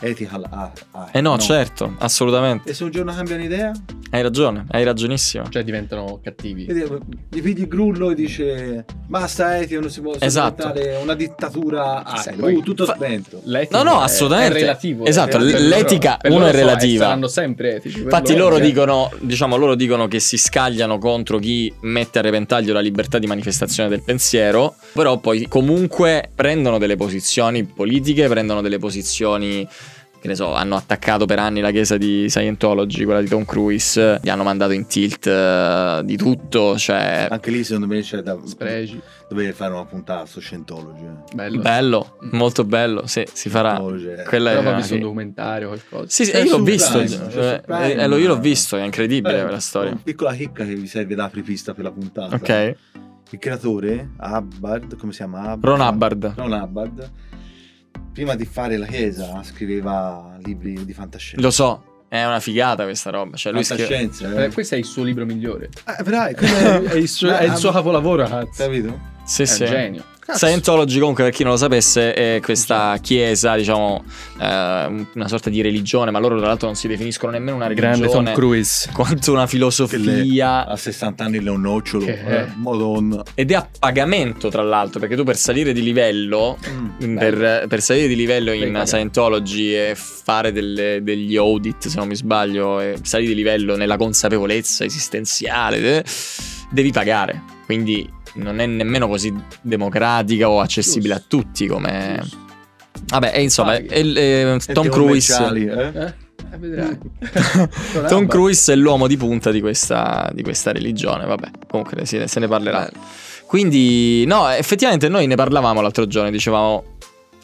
[SPEAKER 3] ethical ah, ah,
[SPEAKER 1] Eh no, certo, assolutamente.
[SPEAKER 3] E se un giorno cambiano idea?
[SPEAKER 1] Hai ragione, hai ragionissimo.
[SPEAKER 2] Cioè diventano cattivi.
[SPEAKER 3] Vedi, Gli pigli il grullo e dice basta ethico, non si può
[SPEAKER 1] Esatto.
[SPEAKER 3] sopportare una dittatura ah,
[SPEAKER 2] Sì, poi-
[SPEAKER 3] tutto
[SPEAKER 1] fa-
[SPEAKER 3] spento.
[SPEAKER 2] L'etica
[SPEAKER 1] No, no,
[SPEAKER 2] è-
[SPEAKER 1] assolutamente.
[SPEAKER 2] È relativo.
[SPEAKER 1] Esatto,
[SPEAKER 2] eh, per
[SPEAKER 3] l-
[SPEAKER 1] l'etica,
[SPEAKER 2] loro- per
[SPEAKER 1] uno
[SPEAKER 2] loro
[SPEAKER 1] è
[SPEAKER 2] so- eh,
[SPEAKER 1] relativa.
[SPEAKER 2] Saranno sempre etici. per
[SPEAKER 1] Infatti loro
[SPEAKER 2] eh.
[SPEAKER 1] dicono, diciamo, loro dicono che si scagliano contro chi mette a repentaglio la libertà di manifestazione del pensiero, però poi comunque prendono delle posizioni politiche, prendono delle posizioni che ne so, hanno attaccato per anni la chiesa di Scientology, quella di Tom Cruise, gli hanno mandato in tilt eh, di tutto, cioè
[SPEAKER 2] Ah,
[SPEAKER 3] Anche lì secondo me c'è da
[SPEAKER 2] Spregi.
[SPEAKER 3] dover fare una puntata su Scientology.
[SPEAKER 1] Ah,
[SPEAKER 3] eh.
[SPEAKER 2] Bello.
[SPEAKER 1] bello, molto bello, sì, si farà.
[SPEAKER 3] Scientology, eh.
[SPEAKER 1] Quella
[SPEAKER 2] Però
[SPEAKER 1] è
[SPEAKER 2] proprio su un documentario o qualcosa. Eh,
[SPEAKER 1] Sì, sì,
[SPEAKER 3] C'è
[SPEAKER 1] io l'ho
[SPEAKER 3] su
[SPEAKER 1] visto,
[SPEAKER 3] Prime,
[SPEAKER 1] cioè,
[SPEAKER 3] c'è su Prime.
[SPEAKER 1] eh, lo- io l'ho visto, è incredibile
[SPEAKER 3] Eh,
[SPEAKER 1] quella storia.
[SPEAKER 3] Una piccola chicca che vi serve da apripista per la puntata.
[SPEAKER 1] Ok,
[SPEAKER 3] Il creatore, Hubbard, come si chiama? Hubbard?
[SPEAKER 1] Ron Hubbard.
[SPEAKER 3] Ron Hubbard, prima di fare la chiesa scriveva libri di fantascienza.
[SPEAKER 1] Lo so, è una figata questa roba. Cioè, lui scrive-
[SPEAKER 3] fantascienza, eh.
[SPEAKER 2] Eh, questo è il suo libro migliore.
[SPEAKER 3] Eh, però, eh, quello è-
[SPEAKER 2] È il suo, è il suo capolavoro, cazzo.
[SPEAKER 3] Capito?
[SPEAKER 1] Sì,
[SPEAKER 2] È un
[SPEAKER 1] sì.
[SPEAKER 2] genio.
[SPEAKER 1] Scientology, comunque, per chi non lo sapesse, è questa
[SPEAKER 2] Cioè.
[SPEAKER 1] chiesa, diciamo, eh, una sorta di religione, ma loro, tra l'altro, non si definiscono nemmeno una religione.
[SPEAKER 2] Cruise.
[SPEAKER 1] Quanto una filosofia.
[SPEAKER 3] A 60 anni Leon Nocciolo,
[SPEAKER 2] Che-
[SPEAKER 3] eh, Madonna.
[SPEAKER 1] Ed è a pagamento, tra l'altro, perché tu per salire di livello. Per, per salire di livello
[SPEAKER 2] Devi
[SPEAKER 1] in
[SPEAKER 2] pagare.
[SPEAKER 1] Scientology e fare delle- degli audit, se non mi sbaglio, e salire di livello nella consapevolezza esistenziale, eh, devi pagare. Quindi non è nemmeno così democratica o accessibile
[SPEAKER 2] Giusto.
[SPEAKER 1] a tutti come... Vabbè, e insomma,
[SPEAKER 2] Paghi.
[SPEAKER 1] e- e-
[SPEAKER 3] E
[SPEAKER 1] Tom
[SPEAKER 3] Teo
[SPEAKER 1] Cruise...
[SPEAKER 3] Merciali, eh?
[SPEAKER 2] Eh? Eh, <laughs> vedrai.
[SPEAKER 1] Mm. Tom Cruise è l'uomo di punta di questa, di questa religione, vabbè, comunque ne- se ne- se ne parlerà. Quindi, no, effettivamente noi ne parlavamo l'altro giorno, dicevamo,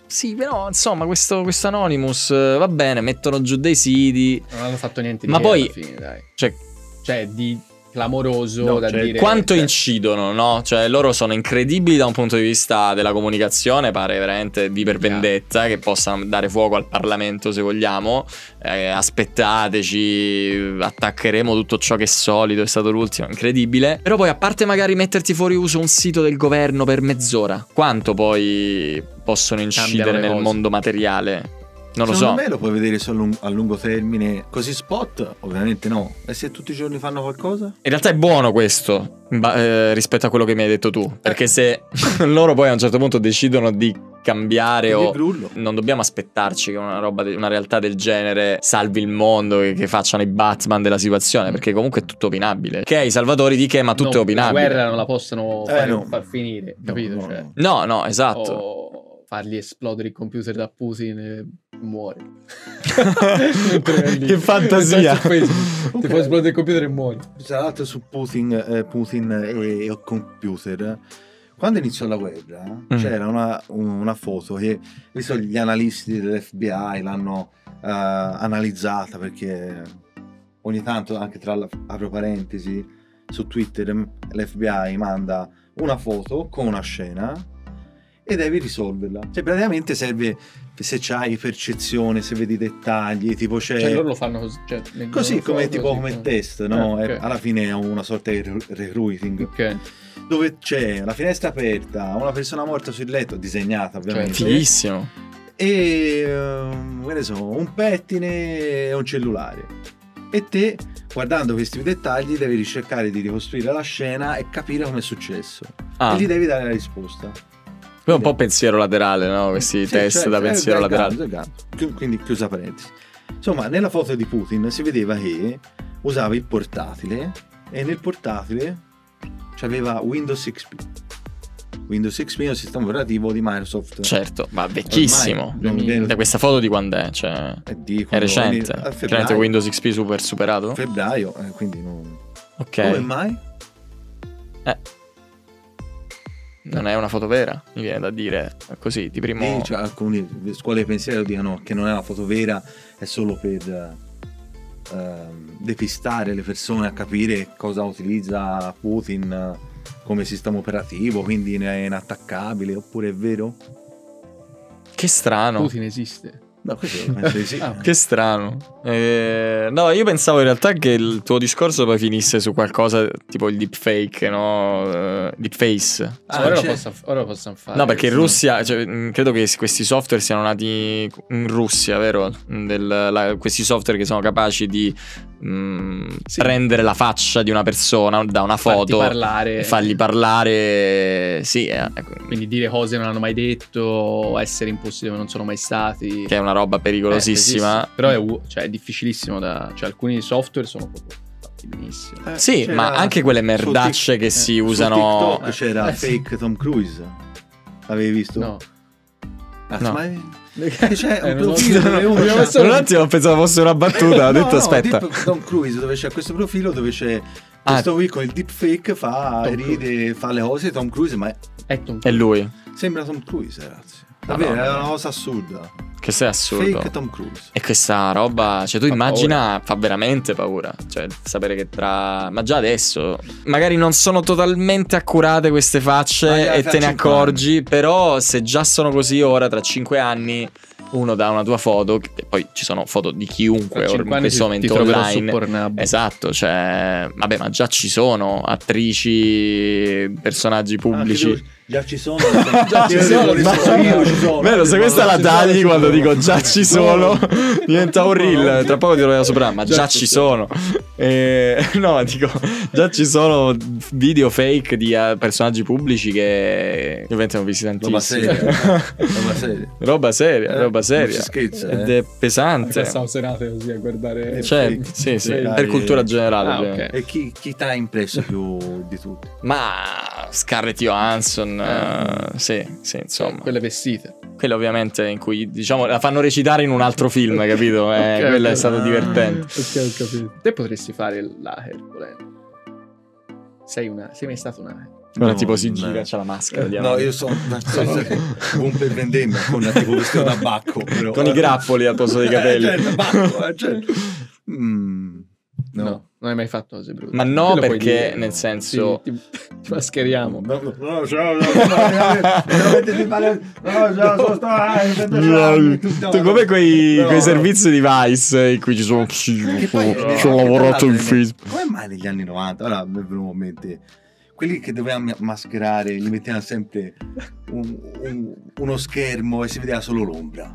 [SPEAKER 1] sì, però insomma questo, questo Anonymous eh, va bene, mettono giù dei siti,
[SPEAKER 2] Non hanno fatto niente di
[SPEAKER 1] Ma
[SPEAKER 2] che
[SPEAKER 1] poi-
[SPEAKER 2] alla fine, dai.
[SPEAKER 1] cioè
[SPEAKER 2] Cioè, di clamoroso
[SPEAKER 3] No,
[SPEAKER 2] da
[SPEAKER 3] cioè,
[SPEAKER 2] dire.
[SPEAKER 1] quanto
[SPEAKER 2] cioè,
[SPEAKER 1] incidono, no? Cioè loro sono incredibili da un punto di vista della comunicazione, pare veramente di per
[SPEAKER 2] Yeah.
[SPEAKER 1] vendetta, che possano dare fuoco al Parlamento se vogliamo, Eh, aspettateci, attaccheremo tutto ciò che è solido, è stato l'ultimo, incredibile. Però poi a parte magari metterti fuori uso un sito del governo per mezz'ora, quanto poi possono incidere
[SPEAKER 2] le
[SPEAKER 1] nel
[SPEAKER 2] cose.
[SPEAKER 1] mondo materiale? Non lo so.
[SPEAKER 3] Secondo me lo puoi vedere solo un- a lungo termine, così spot, ovviamente no. E se tutti i giorni fanno qualcosa?
[SPEAKER 1] In realtà è buono questo in ba- eh, rispetto a quello che mi hai detto tu, perché se <laughs> loro poi a un certo punto decidono di cambiare
[SPEAKER 3] Il
[SPEAKER 1] o...
[SPEAKER 3] grullo.
[SPEAKER 1] Non dobbiamo aspettarci che una, roba de- una realtà del genere salvi il mondo, che, che facciano i Batman della situazione, perché comunque è tutto opinabile. Ok, i salvatori di che, ma tutto è
[SPEAKER 2] no, La
[SPEAKER 1] opinabile.
[SPEAKER 2] guerra non la possono
[SPEAKER 3] Eh,
[SPEAKER 2] fare-
[SPEAKER 3] no.
[SPEAKER 2] far finire,
[SPEAKER 3] No,
[SPEAKER 2] capito?
[SPEAKER 3] no,
[SPEAKER 2] Cioè,
[SPEAKER 1] No,
[SPEAKER 3] no.
[SPEAKER 1] no, esatto.
[SPEAKER 2] Oh. O fargli esplodere il computer da Putin e
[SPEAKER 1] <laughs>
[SPEAKER 2] muore. <laughs> Mentre è lì.
[SPEAKER 1] Che fantasia.
[SPEAKER 2] Su
[SPEAKER 1] <laughs>
[SPEAKER 2] Facebook, Ti fa esplodere il computer e muori.
[SPEAKER 3] Tra l'altro su Putin, eh, Putin e, e il computer, eh, quando iniziò la guerra
[SPEAKER 2] Mm.
[SPEAKER 3] c'era una, un- una foto che visto gli analisti dell'FBI l'hanno eh, analizzata perché ogni tanto anche tra la- apro parentesi su Twitter mm, m, l'FBI manda una foto con una scena e devi risolverla. Cioè praticamente serve se c'hai percezione, se vedi i dettagli, tipo c'è...
[SPEAKER 1] Eh,
[SPEAKER 2] Cioè, loro lo fanno così. Cioè, nel-
[SPEAKER 3] Così
[SPEAKER 2] non lo
[SPEAKER 3] come
[SPEAKER 2] fanno
[SPEAKER 3] tipo
[SPEAKER 2] così, cioè.
[SPEAKER 3] come
[SPEAKER 2] no?
[SPEAKER 3] test, no?
[SPEAKER 2] Eh,
[SPEAKER 3] È-
[SPEAKER 2] ok.
[SPEAKER 3] alla fine è una sorta di re- recruiting
[SPEAKER 2] Ok.
[SPEAKER 3] dove c'è la finestra aperta, una persona morta sul letto, disegnata ovviamente,
[SPEAKER 2] Cioè,
[SPEAKER 1] Fighissimo.
[SPEAKER 3] e ehm, che ne so, un pettine e un cellulare. E te, guardando questi dettagli, devi cercare di ricostruire la scena e capire come è successo.
[SPEAKER 1] Ah,
[SPEAKER 3] E gli devi dare la risposta.
[SPEAKER 1] poi un po' pensiero laterale, no? Questi
[SPEAKER 3] Sì,
[SPEAKER 1] test
[SPEAKER 3] cioè,
[SPEAKER 1] da
[SPEAKER 3] è-
[SPEAKER 1] pensiero
[SPEAKER 3] è
[SPEAKER 1] laterale.
[SPEAKER 3] ganzo, è ganzo. Chi- Quindi chiusa parentesi. Insomma, nella foto di Putin si vedeva che usava il portatile e nel portatile c'aveva Windows XP. Windows XP è un sistema operativo di Microsoft.
[SPEAKER 1] Certo, ma vecchissimo. Mm,
[SPEAKER 3] Ormai non mi viene-
[SPEAKER 1] Da questa foto di quando è? Cioè...
[SPEAKER 3] eh, di
[SPEAKER 1] È
[SPEAKER 3] quando-
[SPEAKER 1] recente.
[SPEAKER 3] a
[SPEAKER 1] Chiaramente
[SPEAKER 3] febbraio,
[SPEAKER 1] Windows XP super superato.
[SPEAKER 3] febbraio, eh, quindi non...
[SPEAKER 1] Ok.
[SPEAKER 3] Come mai?
[SPEAKER 1] Non è una foto vera, mi viene da dire così di primo.
[SPEAKER 3] Lì, cioè, alcune scuole di pensiero dicono che non è una foto vera, è solo per ehm, depistare le persone a capire cosa utilizza Putin eh, come sistema operativo, quindi ne è inattaccabile, oppure è vero?
[SPEAKER 1] Che strano.
[SPEAKER 2] Putin esiste.
[SPEAKER 3] No, questo penso
[SPEAKER 1] <laughs>
[SPEAKER 3] di sì.
[SPEAKER 2] Ah,
[SPEAKER 1] Che strano. Eh, no, io pensavo in realtà che il tuo discorso poi finisse su qualcosa tipo il deepfake, no? Eh, deepface.
[SPEAKER 3] Ah,
[SPEAKER 2] Cioè, ora, lo
[SPEAKER 3] c'è.
[SPEAKER 2] possa- ora lo possiamo
[SPEAKER 1] cioè
[SPEAKER 2] fare.
[SPEAKER 1] No, perché in
[SPEAKER 2] Sì.
[SPEAKER 1] Russia, cioè, mh, credo che s- questi software siano nati in Russia, vero? Mm, del- la- questi software che sono capaci di mh,
[SPEAKER 2] Sì.
[SPEAKER 1] prendere la faccia di una persona da una
[SPEAKER 2] Farti
[SPEAKER 1] foto
[SPEAKER 2] parlare,
[SPEAKER 1] e fargli parlare, sì, eh, ecco,
[SPEAKER 2] quindi dire cose che non hanno mai detto, essere imposti dove non sono mai stati.
[SPEAKER 1] che è una roba pericolosissima.
[SPEAKER 2] Eh, esiste. però è, u- cioè, è difficilissimo da... Cioè, alcuni software sono proprio fatti benissimo.
[SPEAKER 3] Eh,
[SPEAKER 1] sì,
[SPEAKER 3] c'era-
[SPEAKER 1] ma anche quelle
[SPEAKER 3] su
[SPEAKER 1] merdacce che
[SPEAKER 2] eh,
[SPEAKER 1] si
[SPEAKER 3] Tic- su
[SPEAKER 1] usano.
[SPEAKER 3] TikTok c'era
[SPEAKER 2] Eh, sì.
[SPEAKER 3] fake Tom Cruise. L'avevi
[SPEAKER 1] <laughs>
[SPEAKER 3] visto?
[SPEAKER 2] No.
[SPEAKER 3] Ah,
[SPEAKER 1] No.
[SPEAKER 3] ma
[SPEAKER 1] Cioè,
[SPEAKER 3] c'è
[SPEAKER 2] Eh,
[SPEAKER 3] un
[SPEAKER 2] non lo
[SPEAKER 3] profilo
[SPEAKER 2] so.
[SPEAKER 3] dove
[SPEAKER 2] <laughs> Non
[SPEAKER 3] uno
[SPEAKER 2] lo
[SPEAKER 3] c'ha-
[SPEAKER 2] so.
[SPEAKER 1] Per un attimo pensavo fosse una
[SPEAKER 3] <laughs>
[SPEAKER 1] battuta, ho
[SPEAKER 3] Cioè, No,
[SPEAKER 1] detto
[SPEAKER 3] no,
[SPEAKER 1] aspetta.
[SPEAKER 3] Deep Tom Cruise dove c'è questo profilo dove c'è
[SPEAKER 1] Ah.
[SPEAKER 3] questo qui con il deepfake fa
[SPEAKER 2] Tom
[SPEAKER 3] ride, fa le cose Tom Cruise, ma è-
[SPEAKER 2] È Tom
[SPEAKER 1] È lui,
[SPEAKER 3] sembra Tom Cruise, ragazzi.
[SPEAKER 1] Madonna.
[SPEAKER 3] Davvero, è una cosa assurda.
[SPEAKER 1] che sei assurdo.
[SPEAKER 3] Fake Tom Cruise.
[SPEAKER 1] E questa roba, cioè tu
[SPEAKER 2] Fa
[SPEAKER 1] immagina, fa veramente paura. Cioè, sapere che tra. Ma già adesso. Magari non sono totalmente accurate queste
[SPEAKER 3] Magari
[SPEAKER 1] facce e
[SPEAKER 3] tra
[SPEAKER 1] te ne
[SPEAKER 3] cinque
[SPEAKER 1] accorgi, però se già sono così ora, tra 5 anni, uno dà una tua foto, che poi ci sono foto di chiunque
[SPEAKER 2] Fra
[SPEAKER 1] or-
[SPEAKER 2] cinque
[SPEAKER 1] in
[SPEAKER 2] anni
[SPEAKER 1] questo
[SPEAKER 2] ti- ti
[SPEAKER 1] momento
[SPEAKER 2] troverò
[SPEAKER 1] online.
[SPEAKER 2] su Pornhub.
[SPEAKER 1] Esatto, cioè, vabbè, ma già ci sono attrici, personaggi pubblici.
[SPEAKER 3] Ah, credo- già ci
[SPEAKER 1] <laughs>
[SPEAKER 3] sono.
[SPEAKER 1] Già Ah, ci sono,
[SPEAKER 3] Io
[SPEAKER 1] ma-
[SPEAKER 3] ci sono.
[SPEAKER 1] Vero, se questa la
[SPEAKER 3] Ci sono,
[SPEAKER 1] tagli
[SPEAKER 3] ci
[SPEAKER 1] quando
[SPEAKER 3] sono.
[SPEAKER 1] dico già ci sono, diventa un reel. Tra poco ti lo sopra, ma
[SPEAKER 2] Già
[SPEAKER 1] già
[SPEAKER 2] ci
[SPEAKER 1] ci sono. Eh, <laughs> no, dico, già ci sono video fake di eh, personaggi pubblici che diventano
[SPEAKER 3] Roba
[SPEAKER 1] visitantissimi.
[SPEAKER 3] seria. eh. Roba seria.
[SPEAKER 1] <laughs> roba seria,
[SPEAKER 3] Eh,
[SPEAKER 1] roba
[SPEAKER 3] non
[SPEAKER 1] seria.
[SPEAKER 3] si scherza,
[SPEAKER 1] Ed
[SPEAKER 3] eh.
[SPEAKER 1] è pesante.
[SPEAKER 2] Passavo serate Cioè, così a guardare...
[SPEAKER 3] Eh,
[SPEAKER 1] Cioè,
[SPEAKER 3] fake.
[SPEAKER 1] sì, sì,
[SPEAKER 3] Magari-
[SPEAKER 1] per cultura generale.
[SPEAKER 2] Ah,
[SPEAKER 1] cioè.
[SPEAKER 2] ok.
[SPEAKER 3] E chi, chi ti ha impresso più di tutti?
[SPEAKER 1] Ma Scarlett Johansson, eh, sì, sì, insomma.
[SPEAKER 3] Eh,
[SPEAKER 2] Quelle vestite.
[SPEAKER 1] Quello ovviamente in cui diciamo la fanno recitare in un altro film, capito?
[SPEAKER 3] <laughs>
[SPEAKER 1] Eh,
[SPEAKER 2] Ok,
[SPEAKER 1] quello
[SPEAKER 2] ok.
[SPEAKER 1] è stato divertente.
[SPEAKER 2] Ok, ho capito. Te potresti fare l'hacker, volendo. Sei una... Sei mai stato una hacker?
[SPEAKER 1] Ora
[SPEAKER 3] No,
[SPEAKER 1] tipo si
[SPEAKER 3] no.
[SPEAKER 1] gira, c'ha la maschera.
[SPEAKER 3] Eh, No,
[SPEAKER 1] diamanti. <laughs>
[SPEAKER 3] io sono <laughs> un per vendemmia con tipo vestito da bacco. però-
[SPEAKER 1] Con i grappoli al posto dei capelli.
[SPEAKER 3] Eh,
[SPEAKER 1] <laughs>
[SPEAKER 3] certo, bacco, eh, certo. Mm, no.
[SPEAKER 2] Non hai mai fatto cose brutte.
[SPEAKER 1] Ma no,
[SPEAKER 2] Te lo puoi
[SPEAKER 1] perché
[SPEAKER 2] dire.
[SPEAKER 1] nel senso.
[SPEAKER 2] Sì, ti, ti mascheriamo.
[SPEAKER 3] No, no, no, no, no, no, veramente mi pare- no, no, ah, sono stato-
[SPEAKER 1] Tu come quei,
[SPEAKER 3] certo,
[SPEAKER 1] quei
[SPEAKER 3] No, no.
[SPEAKER 1] servizi di Vice eh, in cui ci sono
[SPEAKER 3] Che
[SPEAKER 1] ci
[SPEAKER 3] poi-
[SPEAKER 1] ho-
[SPEAKER 3] eh,
[SPEAKER 1] ci ho
[SPEAKER 3] che
[SPEAKER 1] lavorato
[SPEAKER 3] tra
[SPEAKER 1] in
[SPEAKER 3] l'altro,
[SPEAKER 1] film.
[SPEAKER 3] Come mai negli anni 90? Ora mi è venuto in mente quelli che dovevano mascherare, gli mettevano sempre un- un- uno schermo e si vedeva solo l'ombra.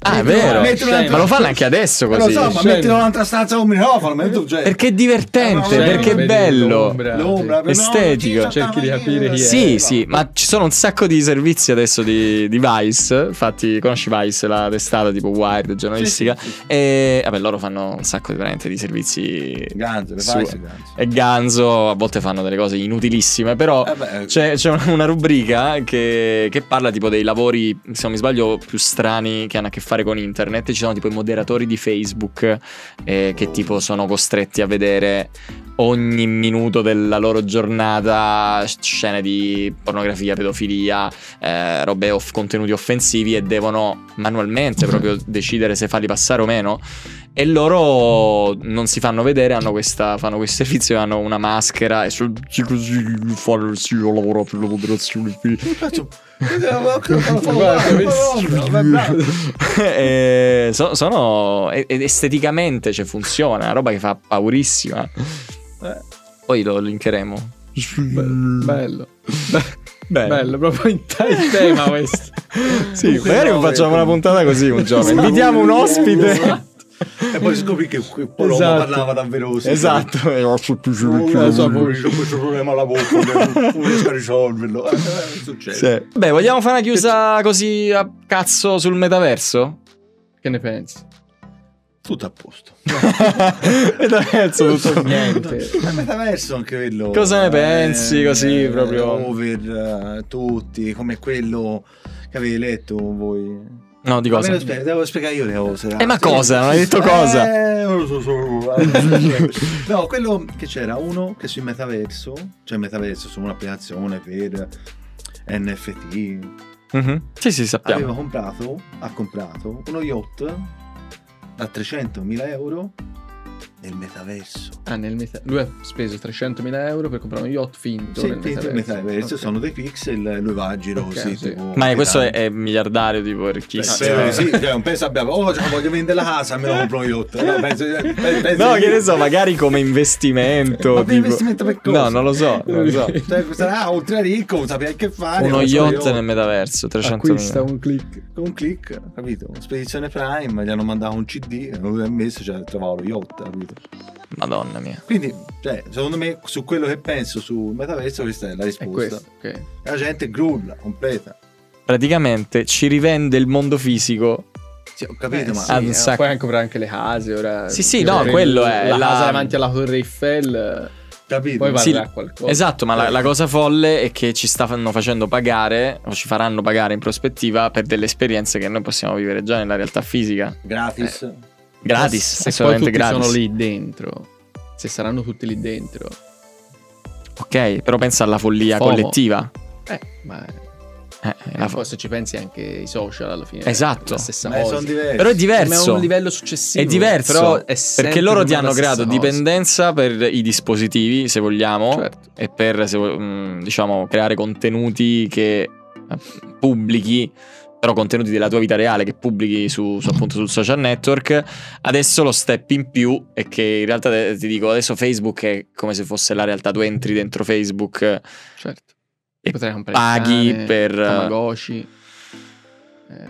[SPEAKER 1] Ah, è
[SPEAKER 3] Mettono-
[SPEAKER 1] vero.
[SPEAKER 3] mettono
[SPEAKER 1] Ma lo
[SPEAKER 3] un'altra-
[SPEAKER 1] fanno anche adesso
[SPEAKER 3] Eh, Lo
[SPEAKER 1] così.
[SPEAKER 3] so, ma
[SPEAKER 2] scemo.
[SPEAKER 3] metti in un'altra stanza con un microfono. ma tu- cioè,
[SPEAKER 1] Perché è
[SPEAKER 3] Eh, ma
[SPEAKER 1] divertente,
[SPEAKER 3] lo
[SPEAKER 1] perché
[SPEAKER 3] vedi,
[SPEAKER 1] è bello.
[SPEAKER 3] l'ombra però no,
[SPEAKER 1] Estetico.
[SPEAKER 3] non ci
[SPEAKER 2] Cerchi di
[SPEAKER 3] sta,
[SPEAKER 2] capire chi è.
[SPEAKER 1] Sì, sì, ma ci sono un sacco di servizi adesso di, di Vice. Infatti, conosci Vice, la testata tipo Wired giornalistica. E vabbè, loro fanno un sacco di, veramente di servizi.
[SPEAKER 3] Ganzo, le
[SPEAKER 1] Su- Eh,
[SPEAKER 3] fai, sì, Ganzo.
[SPEAKER 1] E Ganzo a volte fanno delle cose inutilissime, però.
[SPEAKER 3] Eh beh,
[SPEAKER 1] C'è, c'è una- una rubrica che, che parla tipo dei lavori, se non mi sbaglio, più strani che hanno a che fare con internet. Ci sono tipo i moderatori di Facebook eh, che tipo sono costretti a vedere ogni minuto della loro giornata scene di pornografia, pedofilia, eh, robe off- contenuti offensivi e devono manualmente proprio decidere se farli passare o meno. E loro non si fanno vedere, hanno questa, fanno questo servizio e hanno una maschera e sono tutti così fare sì, io lavoro per la moderazione qui. <laughs>
[SPEAKER 3] mi faccio- Guarda,
[SPEAKER 2] Guarda,
[SPEAKER 3] guarda,
[SPEAKER 1] E so- sono e- ed esteticamente cioè, funziona, una roba che fa paurissima.
[SPEAKER 2] Eh.
[SPEAKER 1] Poi lo linkeremo.
[SPEAKER 2] Bello. Bello.
[SPEAKER 1] Bello.
[SPEAKER 2] proprio in te- in tema questo.
[SPEAKER 1] Sì, magari facciamo una puntata così un giorno.
[SPEAKER 3] Esatto.
[SPEAKER 1] Invitiamo un ospite.
[SPEAKER 3] E poi scopri che que- Paloma
[SPEAKER 2] Esatto.
[SPEAKER 3] parlava davvero
[SPEAKER 1] <laughs>
[SPEAKER 3] così.
[SPEAKER 1] Esatto. E ho
[SPEAKER 3] Ho
[SPEAKER 1] sottosucchiato.
[SPEAKER 3] questo problema alla
[SPEAKER 1] <laughs>
[SPEAKER 3] bocca, non riesco a risolverlo. Eh, eh, Succede.
[SPEAKER 1] Sì. Beh, vogliamo fare una chiusa così a cazzo sul metaverso?
[SPEAKER 2] Che ne pensi?
[SPEAKER 3] Tutto a posto.
[SPEAKER 1] metaverso tutto.
[SPEAKER 2] Niente.
[SPEAKER 3] Il metaverso anche quello. Eh,
[SPEAKER 1] Cosa ne pensi, così, proprio?
[SPEAKER 3] Over eh, tutti, come quello che avevi letto voi.
[SPEAKER 1] No, di
[SPEAKER 3] Ma me
[SPEAKER 1] cosa?
[SPEAKER 3] lo spiego, devo spiegare io le cose.
[SPEAKER 1] Eh, ma cosa? Non hai detto cosa?
[SPEAKER 3] Eh, non lo so, so- No, quello che c'era uno che sui metaverso, cioè metaverso su un'applicazione per NFT,
[SPEAKER 1] Mhm. Sì, sì, sappiamo.
[SPEAKER 3] aveva comprato, ha comprato uno yacht da 300.000 euro nel metaverso.
[SPEAKER 2] Ah, nel meta- lui ha speso 300.000 euro per comprare uno yacht finto.
[SPEAKER 3] Sì,
[SPEAKER 2] nel
[SPEAKER 3] finto il metaverso
[SPEAKER 2] Ok.
[SPEAKER 3] sono dei pixel, lui va a giro
[SPEAKER 2] Ok,
[SPEAKER 3] così.
[SPEAKER 2] sì.
[SPEAKER 3] tipo,
[SPEAKER 1] Ma questo è,
[SPEAKER 3] pedante.
[SPEAKER 1] è miliardario, tipo
[SPEAKER 3] Eh,
[SPEAKER 1] ricchissimo.
[SPEAKER 3] sì, sì, cioè, non penso abbia oh cioè, voglio vendere la casa me lo compro un yacht
[SPEAKER 1] <laughs>
[SPEAKER 3] no, penso, eh, penso-
[SPEAKER 1] No, che ne so, magari come investimento.
[SPEAKER 3] Ma per
[SPEAKER 1] tipo-
[SPEAKER 3] investimento per cosa?
[SPEAKER 1] No, non lo so, non lo so.
[SPEAKER 3] <laughs> Cioè, sarà ultra ricco saprai che fare
[SPEAKER 1] Uno
[SPEAKER 3] faccio lo
[SPEAKER 1] yacht nel metaverso, 300
[SPEAKER 2] Acquista un click.
[SPEAKER 3] con un click capito spedizione prime gli hanno mandato un cd e lui ha messo cioè trovavo lo yacht capito
[SPEAKER 1] Madonna mia.
[SPEAKER 3] quindi cioè, secondo me su quello che penso sul metaverso questa è la
[SPEAKER 2] È
[SPEAKER 3] risposta
[SPEAKER 2] questo, ok.
[SPEAKER 3] la gente grulla completa
[SPEAKER 1] Praticamente ci rivende il mondo fisico
[SPEAKER 3] sì, ho capito
[SPEAKER 2] Eh,
[SPEAKER 3] ma
[SPEAKER 2] sì,
[SPEAKER 1] Ah, un
[SPEAKER 2] eh,
[SPEAKER 1] sacco.
[SPEAKER 2] Puoi anche comprare anche le case ora.
[SPEAKER 1] Sì, sì,
[SPEAKER 2] Io
[SPEAKER 1] no,
[SPEAKER 2] credo
[SPEAKER 1] quello è
[SPEAKER 2] La,
[SPEAKER 1] la-
[SPEAKER 2] casa davanti alla Torre Eiffel. eh,
[SPEAKER 3] capito
[SPEAKER 2] Poi
[SPEAKER 1] Sì,
[SPEAKER 2] varrà qualcosa.
[SPEAKER 1] Esatto, ma la,
[SPEAKER 3] Eh.
[SPEAKER 1] la cosa folle è che ci stanno facendo pagare, o ci faranno pagare in prospettiva, per delle esperienze che noi possiamo vivere già nella realtà fisica.
[SPEAKER 3] gratis
[SPEAKER 2] eh,
[SPEAKER 1] Gratis,
[SPEAKER 2] Se poi
[SPEAKER 1] assolutamente
[SPEAKER 2] tutti
[SPEAKER 1] gratis.
[SPEAKER 2] sono lì dentro. Se saranno tutti lì dentro.
[SPEAKER 1] Ok, però pensa alla follia
[SPEAKER 2] FOMO.
[SPEAKER 1] collettiva.
[SPEAKER 2] Eh, ma
[SPEAKER 1] Eh, la fo-
[SPEAKER 2] Ah, forse ci pensi anche i social alla fine.
[SPEAKER 1] Esatto.
[SPEAKER 2] La stessa
[SPEAKER 3] ma sono
[SPEAKER 2] cosa.
[SPEAKER 3] diversi
[SPEAKER 1] però è
[SPEAKER 2] Ma
[SPEAKER 1] diverso.
[SPEAKER 2] è un livello successivo.
[SPEAKER 1] È diverso
[SPEAKER 2] Però è
[SPEAKER 1] perché
[SPEAKER 2] sempre
[SPEAKER 1] loro ti
[SPEAKER 2] prima
[SPEAKER 1] hanno
[SPEAKER 2] la
[SPEAKER 1] creato
[SPEAKER 2] stessa cosa.
[SPEAKER 1] dipendenza per i dispositivi, se vogliamo,
[SPEAKER 2] Certo.
[SPEAKER 1] e per se vo- mh, diciamo creare contenuti che eh, pubblichi però contenuti della tua vita reale che pubblichi su, su- appunto sul social network adesso lo step in più è che in realtà te- ti dico adesso Facebook è come se fosse la realtà tu entri dentro Facebook eh,
[SPEAKER 2] Certo.
[SPEAKER 1] E
[SPEAKER 2] Potrei comprare
[SPEAKER 1] paghi
[SPEAKER 2] il cane,
[SPEAKER 1] per-
[SPEAKER 2] Tamagotchi. Eh,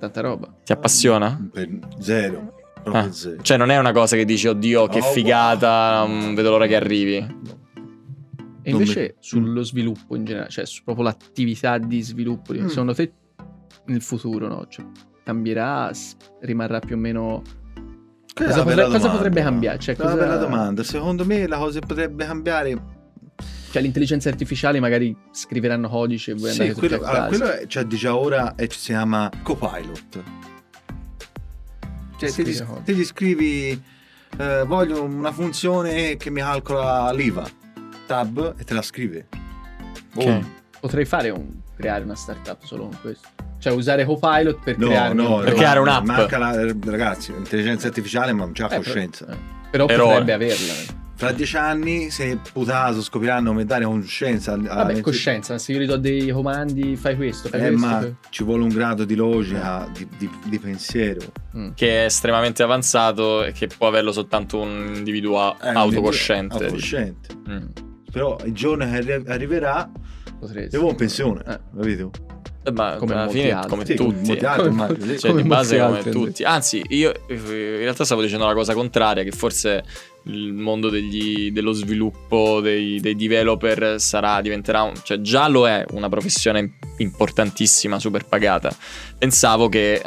[SPEAKER 2] tanta roba.
[SPEAKER 1] ti appassiona?
[SPEAKER 2] Mm.
[SPEAKER 3] Per zero proprio
[SPEAKER 1] Ah.
[SPEAKER 3] zero
[SPEAKER 1] Cioè non è una cosa che dici oddio che
[SPEAKER 3] Oh,
[SPEAKER 1] figata
[SPEAKER 3] wow.
[SPEAKER 1] non vedo l'ora che arrivi
[SPEAKER 2] E
[SPEAKER 3] Non
[SPEAKER 2] invece
[SPEAKER 3] mi-
[SPEAKER 2] sullo sviluppo in generale, cioè su proprio l'attività di sviluppo,
[SPEAKER 3] Mm.
[SPEAKER 2] secondo te nel futuro no? Cioè, cambierà, s- rimarrà più o meno...
[SPEAKER 3] Quella è
[SPEAKER 2] Cosa
[SPEAKER 3] una bella
[SPEAKER 2] potre- cosa
[SPEAKER 3] domanda.
[SPEAKER 2] potrebbe cambiare? Cioè,
[SPEAKER 3] È una
[SPEAKER 2] cosa-
[SPEAKER 3] bella domanda. Secondo me la cosa che potrebbe cambiare.
[SPEAKER 2] Cioè l'intelligenza artificiale magari scriveranno codice e voi
[SPEAKER 3] Sì,
[SPEAKER 2] andate tutti
[SPEAKER 3] quello,
[SPEAKER 2] a
[SPEAKER 3] allora,
[SPEAKER 2] casa.
[SPEAKER 3] quello è, cioè, di già ora e ci si chiama copilot. Cioè, te
[SPEAKER 2] Scrivi
[SPEAKER 3] gli,
[SPEAKER 2] codice.
[SPEAKER 3] te gli scrivi, eh, voglio una funzione che mi calcola l'IVA, tab, e te la scrive.
[SPEAKER 1] Ok.
[SPEAKER 3] Oh,
[SPEAKER 2] Potrei fare un... creare una startup solo con questo. Cioè usare Copilot per creare...
[SPEAKER 1] Per
[SPEAKER 2] Eh,
[SPEAKER 1] creare
[SPEAKER 3] ma-
[SPEAKER 1] un'app.
[SPEAKER 3] Manca la, eh, ragazzi, l'intelligenza artificiale, ma non c'ha
[SPEAKER 2] però-
[SPEAKER 3] coscienza. Ah,
[SPEAKER 2] eh, Però,
[SPEAKER 1] Però,
[SPEAKER 2] potrebbe
[SPEAKER 1] eh.
[SPEAKER 2] averla.
[SPEAKER 3] Fra dieci anni, se putato scopriranno come dare conscienza al- alla
[SPEAKER 2] Vabbè,
[SPEAKER 3] mente-
[SPEAKER 2] coscienza, se io gli do dei comandi, fai questo, fai
[SPEAKER 3] Eh,
[SPEAKER 2] questo.
[SPEAKER 3] ma
[SPEAKER 2] fai-
[SPEAKER 3] ci vuole un grado di logica, di, di- di pensiero.
[SPEAKER 2] Mm.
[SPEAKER 1] che è estremamente avanzato e che può averlo soltanto un individuo
[SPEAKER 3] Eh,
[SPEAKER 1] autocosciente.
[SPEAKER 3] Autocosciente.
[SPEAKER 1] dici. Mm.
[SPEAKER 3] Però il giorno che arri- arriverà,
[SPEAKER 2] Potresti.
[SPEAKER 3] io vado in pensione,
[SPEAKER 2] Eh.
[SPEAKER 3] capito?
[SPEAKER 1] Eh, Ma
[SPEAKER 2] Come
[SPEAKER 1] alla
[SPEAKER 2] molti
[SPEAKER 1] fine,
[SPEAKER 2] altri.
[SPEAKER 1] come
[SPEAKER 3] Sì, come
[SPEAKER 1] tutti,
[SPEAKER 3] molti altri. <laughs>
[SPEAKER 2] Come-
[SPEAKER 3] immagino, sì.
[SPEAKER 1] cioè,
[SPEAKER 2] come
[SPEAKER 1] di base
[SPEAKER 2] molti
[SPEAKER 1] come
[SPEAKER 2] altri,
[SPEAKER 1] tutti. Anzi, io eh, in realtà stavo dicendo la cosa contraria, che forse il mondo degli- dello sviluppo dei, dei developer sarà, diventerà, un- cioè già lo è una professione importantissima, super pagata. Pensavo che, eh,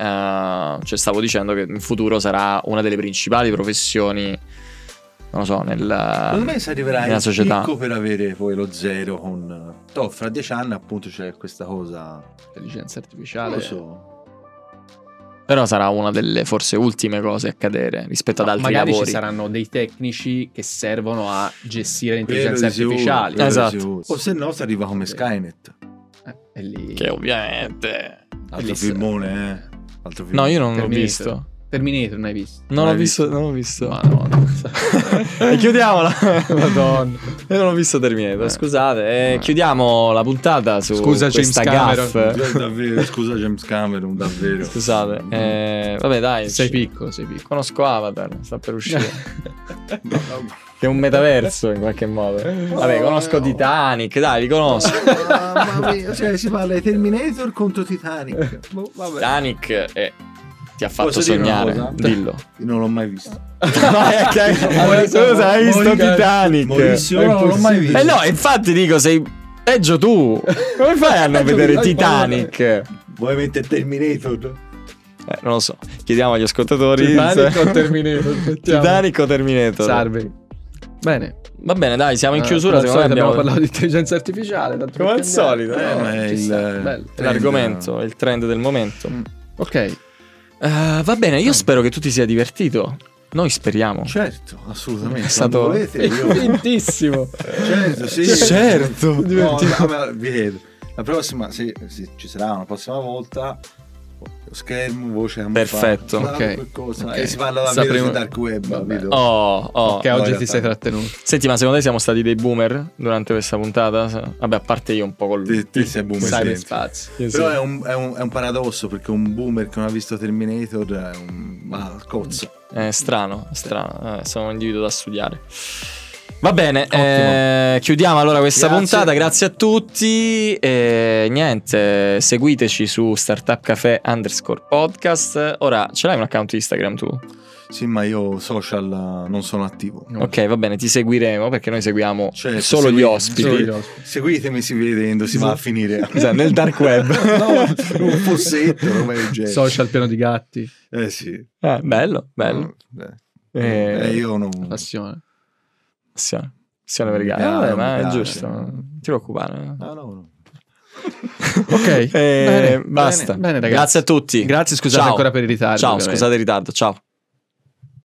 [SPEAKER 1] cioè stavo dicendo che in futuro sarà una delle principali professioni, non lo so, Ah, nella,
[SPEAKER 3] Secondo me si arriverà
[SPEAKER 1] nella
[SPEAKER 3] in
[SPEAKER 1] società.
[SPEAKER 3] picco per avere poi lo zero con... Toh, fra dieci anni appunto c'è questa cosa...
[SPEAKER 2] Intelligenza
[SPEAKER 3] Non
[SPEAKER 2] artificiale.
[SPEAKER 3] lo so.
[SPEAKER 1] Però sarà una delle forse ultime cose a cadere rispetto ad
[SPEAKER 2] No,
[SPEAKER 1] altri
[SPEAKER 2] magari
[SPEAKER 1] lavori.
[SPEAKER 2] ci saranno dei tecnici che servono a gestire le
[SPEAKER 3] Quello
[SPEAKER 2] intelligenze
[SPEAKER 3] di sicuro,
[SPEAKER 2] artificiali.
[SPEAKER 3] quello di
[SPEAKER 1] Esatto.
[SPEAKER 3] sicuro. O se no si arriva come Skynet.
[SPEAKER 2] Eh, e lì-
[SPEAKER 1] Che ovviamente.
[SPEAKER 3] Altro
[SPEAKER 2] Lì si-
[SPEAKER 3] filmone, eh. Altro filmone.
[SPEAKER 1] No, io non l'ho
[SPEAKER 2] Terminator.
[SPEAKER 1] visto.
[SPEAKER 2] Terminator non hai visto?
[SPEAKER 1] Non
[SPEAKER 3] L'hai
[SPEAKER 1] l'ho visto,
[SPEAKER 3] visto?
[SPEAKER 1] non l'ho visto.
[SPEAKER 2] Madonna.
[SPEAKER 1] <laughs> E chiudiamola.
[SPEAKER 2] <laughs> Madonna.
[SPEAKER 1] Io non ho visto Terminator.
[SPEAKER 2] Eh.
[SPEAKER 1] Scusate, eh,
[SPEAKER 2] Eh.
[SPEAKER 1] chiudiamo la puntata su
[SPEAKER 2] Scusa,
[SPEAKER 1] questa
[SPEAKER 2] James
[SPEAKER 1] gaffe.
[SPEAKER 3] Io davvero, scusa James Cameron, davvero.
[SPEAKER 1] Scusate, eh, vabbè, dai.
[SPEAKER 2] Sei
[SPEAKER 1] ci-
[SPEAKER 2] piccolo, sei piccolo.
[SPEAKER 1] Conosco Avatar, sta per <laughs> uscire.
[SPEAKER 3] No, no.
[SPEAKER 1] che è un metaverso in qualche modo. Vabbè, conosco Titanic, dai, li conosco.
[SPEAKER 3] Mamma mia, cioè si parla di Terminator contro Titanic. Boh, vabbè.
[SPEAKER 1] Titanic eh, ti ha fatto
[SPEAKER 3] Posso dire una
[SPEAKER 1] sognare.
[SPEAKER 3] cosa?
[SPEAKER 1] Dillo. <laughs>
[SPEAKER 3] Io non l'ho mai visto.
[SPEAKER 1] No, ok. Allora, scusa, hai visto
[SPEAKER 2] Monica-
[SPEAKER 1] Titanic?
[SPEAKER 3] Maurizio, io Eh, non l'ho mai visto.
[SPEAKER 1] Eh no, infatti dico, sei peggio tu. Come fai
[SPEAKER 2] <laughs>
[SPEAKER 1] a non vedere
[SPEAKER 3] hai
[SPEAKER 1] Titanic? Eh,
[SPEAKER 3] Vuoi mettere Terminator?
[SPEAKER 1] non lo so. Chiediamo agli ascoltatori. <laughs>
[SPEAKER 2] Titanic
[SPEAKER 1] se-
[SPEAKER 2] o Terminator? Aspettiamo.
[SPEAKER 1] Titanic o Terminator?
[SPEAKER 2] Salve. Bene.
[SPEAKER 1] Va bene, dai, siamo in
[SPEAKER 2] Eh,
[SPEAKER 1] chiusura.
[SPEAKER 2] come al
[SPEAKER 1] Secondo me
[SPEAKER 2] solito abbiamo
[SPEAKER 1] abbiamo
[SPEAKER 2] parlato di intelligenza artificiale. tanto
[SPEAKER 1] Come
[SPEAKER 2] per
[SPEAKER 1] al
[SPEAKER 2] cambiare.
[SPEAKER 1] solito,
[SPEAKER 3] eh, ma è
[SPEAKER 2] ci
[SPEAKER 3] il-
[SPEAKER 2] sta, bello.
[SPEAKER 1] è l'argomento, è il trend del momento.
[SPEAKER 3] Mm.
[SPEAKER 2] Ok.
[SPEAKER 1] Eh, va bene, io spero che tu ti sia divertito. Noi speriamo.
[SPEAKER 3] Certo, assolutamente.
[SPEAKER 1] È stato-
[SPEAKER 3] Quando volete, <laughs> io...
[SPEAKER 2] <laughs> Fintissimo.
[SPEAKER 3] certo, sì.
[SPEAKER 1] Certo.
[SPEAKER 3] No, ma- ma vi chiedo. La prossima, se, se ci sarà una prossima volta, schermo, voce
[SPEAKER 1] Perfetto.
[SPEAKER 3] ammuffata,
[SPEAKER 2] Ok.
[SPEAKER 3] qualcosa,
[SPEAKER 2] Ok.
[SPEAKER 3] e Eh, si parla da
[SPEAKER 2] Sapremo-
[SPEAKER 3] video sul dark web
[SPEAKER 2] Vabbè.
[SPEAKER 3] capito?
[SPEAKER 1] Oh, oh.
[SPEAKER 2] che oggi
[SPEAKER 3] no,
[SPEAKER 2] ti
[SPEAKER 3] in
[SPEAKER 2] sei
[SPEAKER 3] realtà-
[SPEAKER 2] trattenuto.
[SPEAKER 1] Senti, ma secondo te siamo stati dei boomer durante questa puntata? Vabbè, a parte io un po' con
[SPEAKER 3] Te- te sei boomer,
[SPEAKER 1] cyberspazio. Io sì.
[SPEAKER 3] però è un, è un- è un paradosso perché un boomer che non ha visto Terminator è un va al cozzo
[SPEAKER 1] È strano, è strano. Eh, sono un individuo da studiare. Va bene,
[SPEAKER 2] Ottimo.
[SPEAKER 1] eh, chiudiamo allora questa
[SPEAKER 3] Grazie.
[SPEAKER 1] puntata. Grazie a tutti. E niente, seguiteci su Startup Café underscore podcast. Ora, ce l'hai un account Instagram tu?
[SPEAKER 3] sì ma io social eh, non sono attivo
[SPEAKER 2] No. Cioè,
[SPEAKER 1] Ok, va bene, ti seguiremo perché noi seguiamo
[SPEAKER 3] Certo,
[SPEAKER 1] solo gli
[SPEAKER 3] seguite-
[SPEAKER 1] ospiti.
[SPEAKER 2] Solo gli
[SPEAKER 3] seguite-
[SPEAKER 2] ospiti.
[SPEAKER 3] seguitemi si vedendo si va a finire
[SPEAKER 1] <laughs> Esatto, nel
[SPEAKER 3] <laughs>
[SPEAKER 1] dark web. <laughs>
[SPEAKER 3] no, un fossetto roba del genere.
[SPEAKER 2] Social piano di gatti,
[SPEAKER 3] eh sì
[SPEAKER 1] Eh, bello, bello.
[SPEAKER 3] Eh,
[SPEAKER 1] Eh,
[SPEAKER 3] eh, io non
[SPEAKER 2] passione.
[SPEAKER 1] Passione. Passione
[SPEAKER 3] Mi
[SPEAKER 1] per i gatti.
[SPEAKER 3] piace,
[SPEAKER 1] Eh, ma
[SPEAKER 3] mi
[SPEAKER 1] è
[SPEAKER 3] piace.
[SPEAKER 1] giusto. Non ti preoccupare.
[SPEAKER 3] Ah, no, no.
[SPEAKER 1] <laughs>
[SPEAKER 2] Ok,
[SPEAKER 1] Eh,
[SPEAKER 2] bene,
[SPEAKER 1] basta.
[SPEAKER 2] bene, ragazzi.
[SPEAKER 1] Grazie a tutti.
[SPEAKER 2] Grazie, scusate
[SPEAKER 1] Ciao.
[SPEAKER 2] ancora per il ritardo,
[SPEAKER 1] Ciao,
[SPEAKER 2] ovviamente.
[SPEAKER 1] scusate il ritardo. Ciao.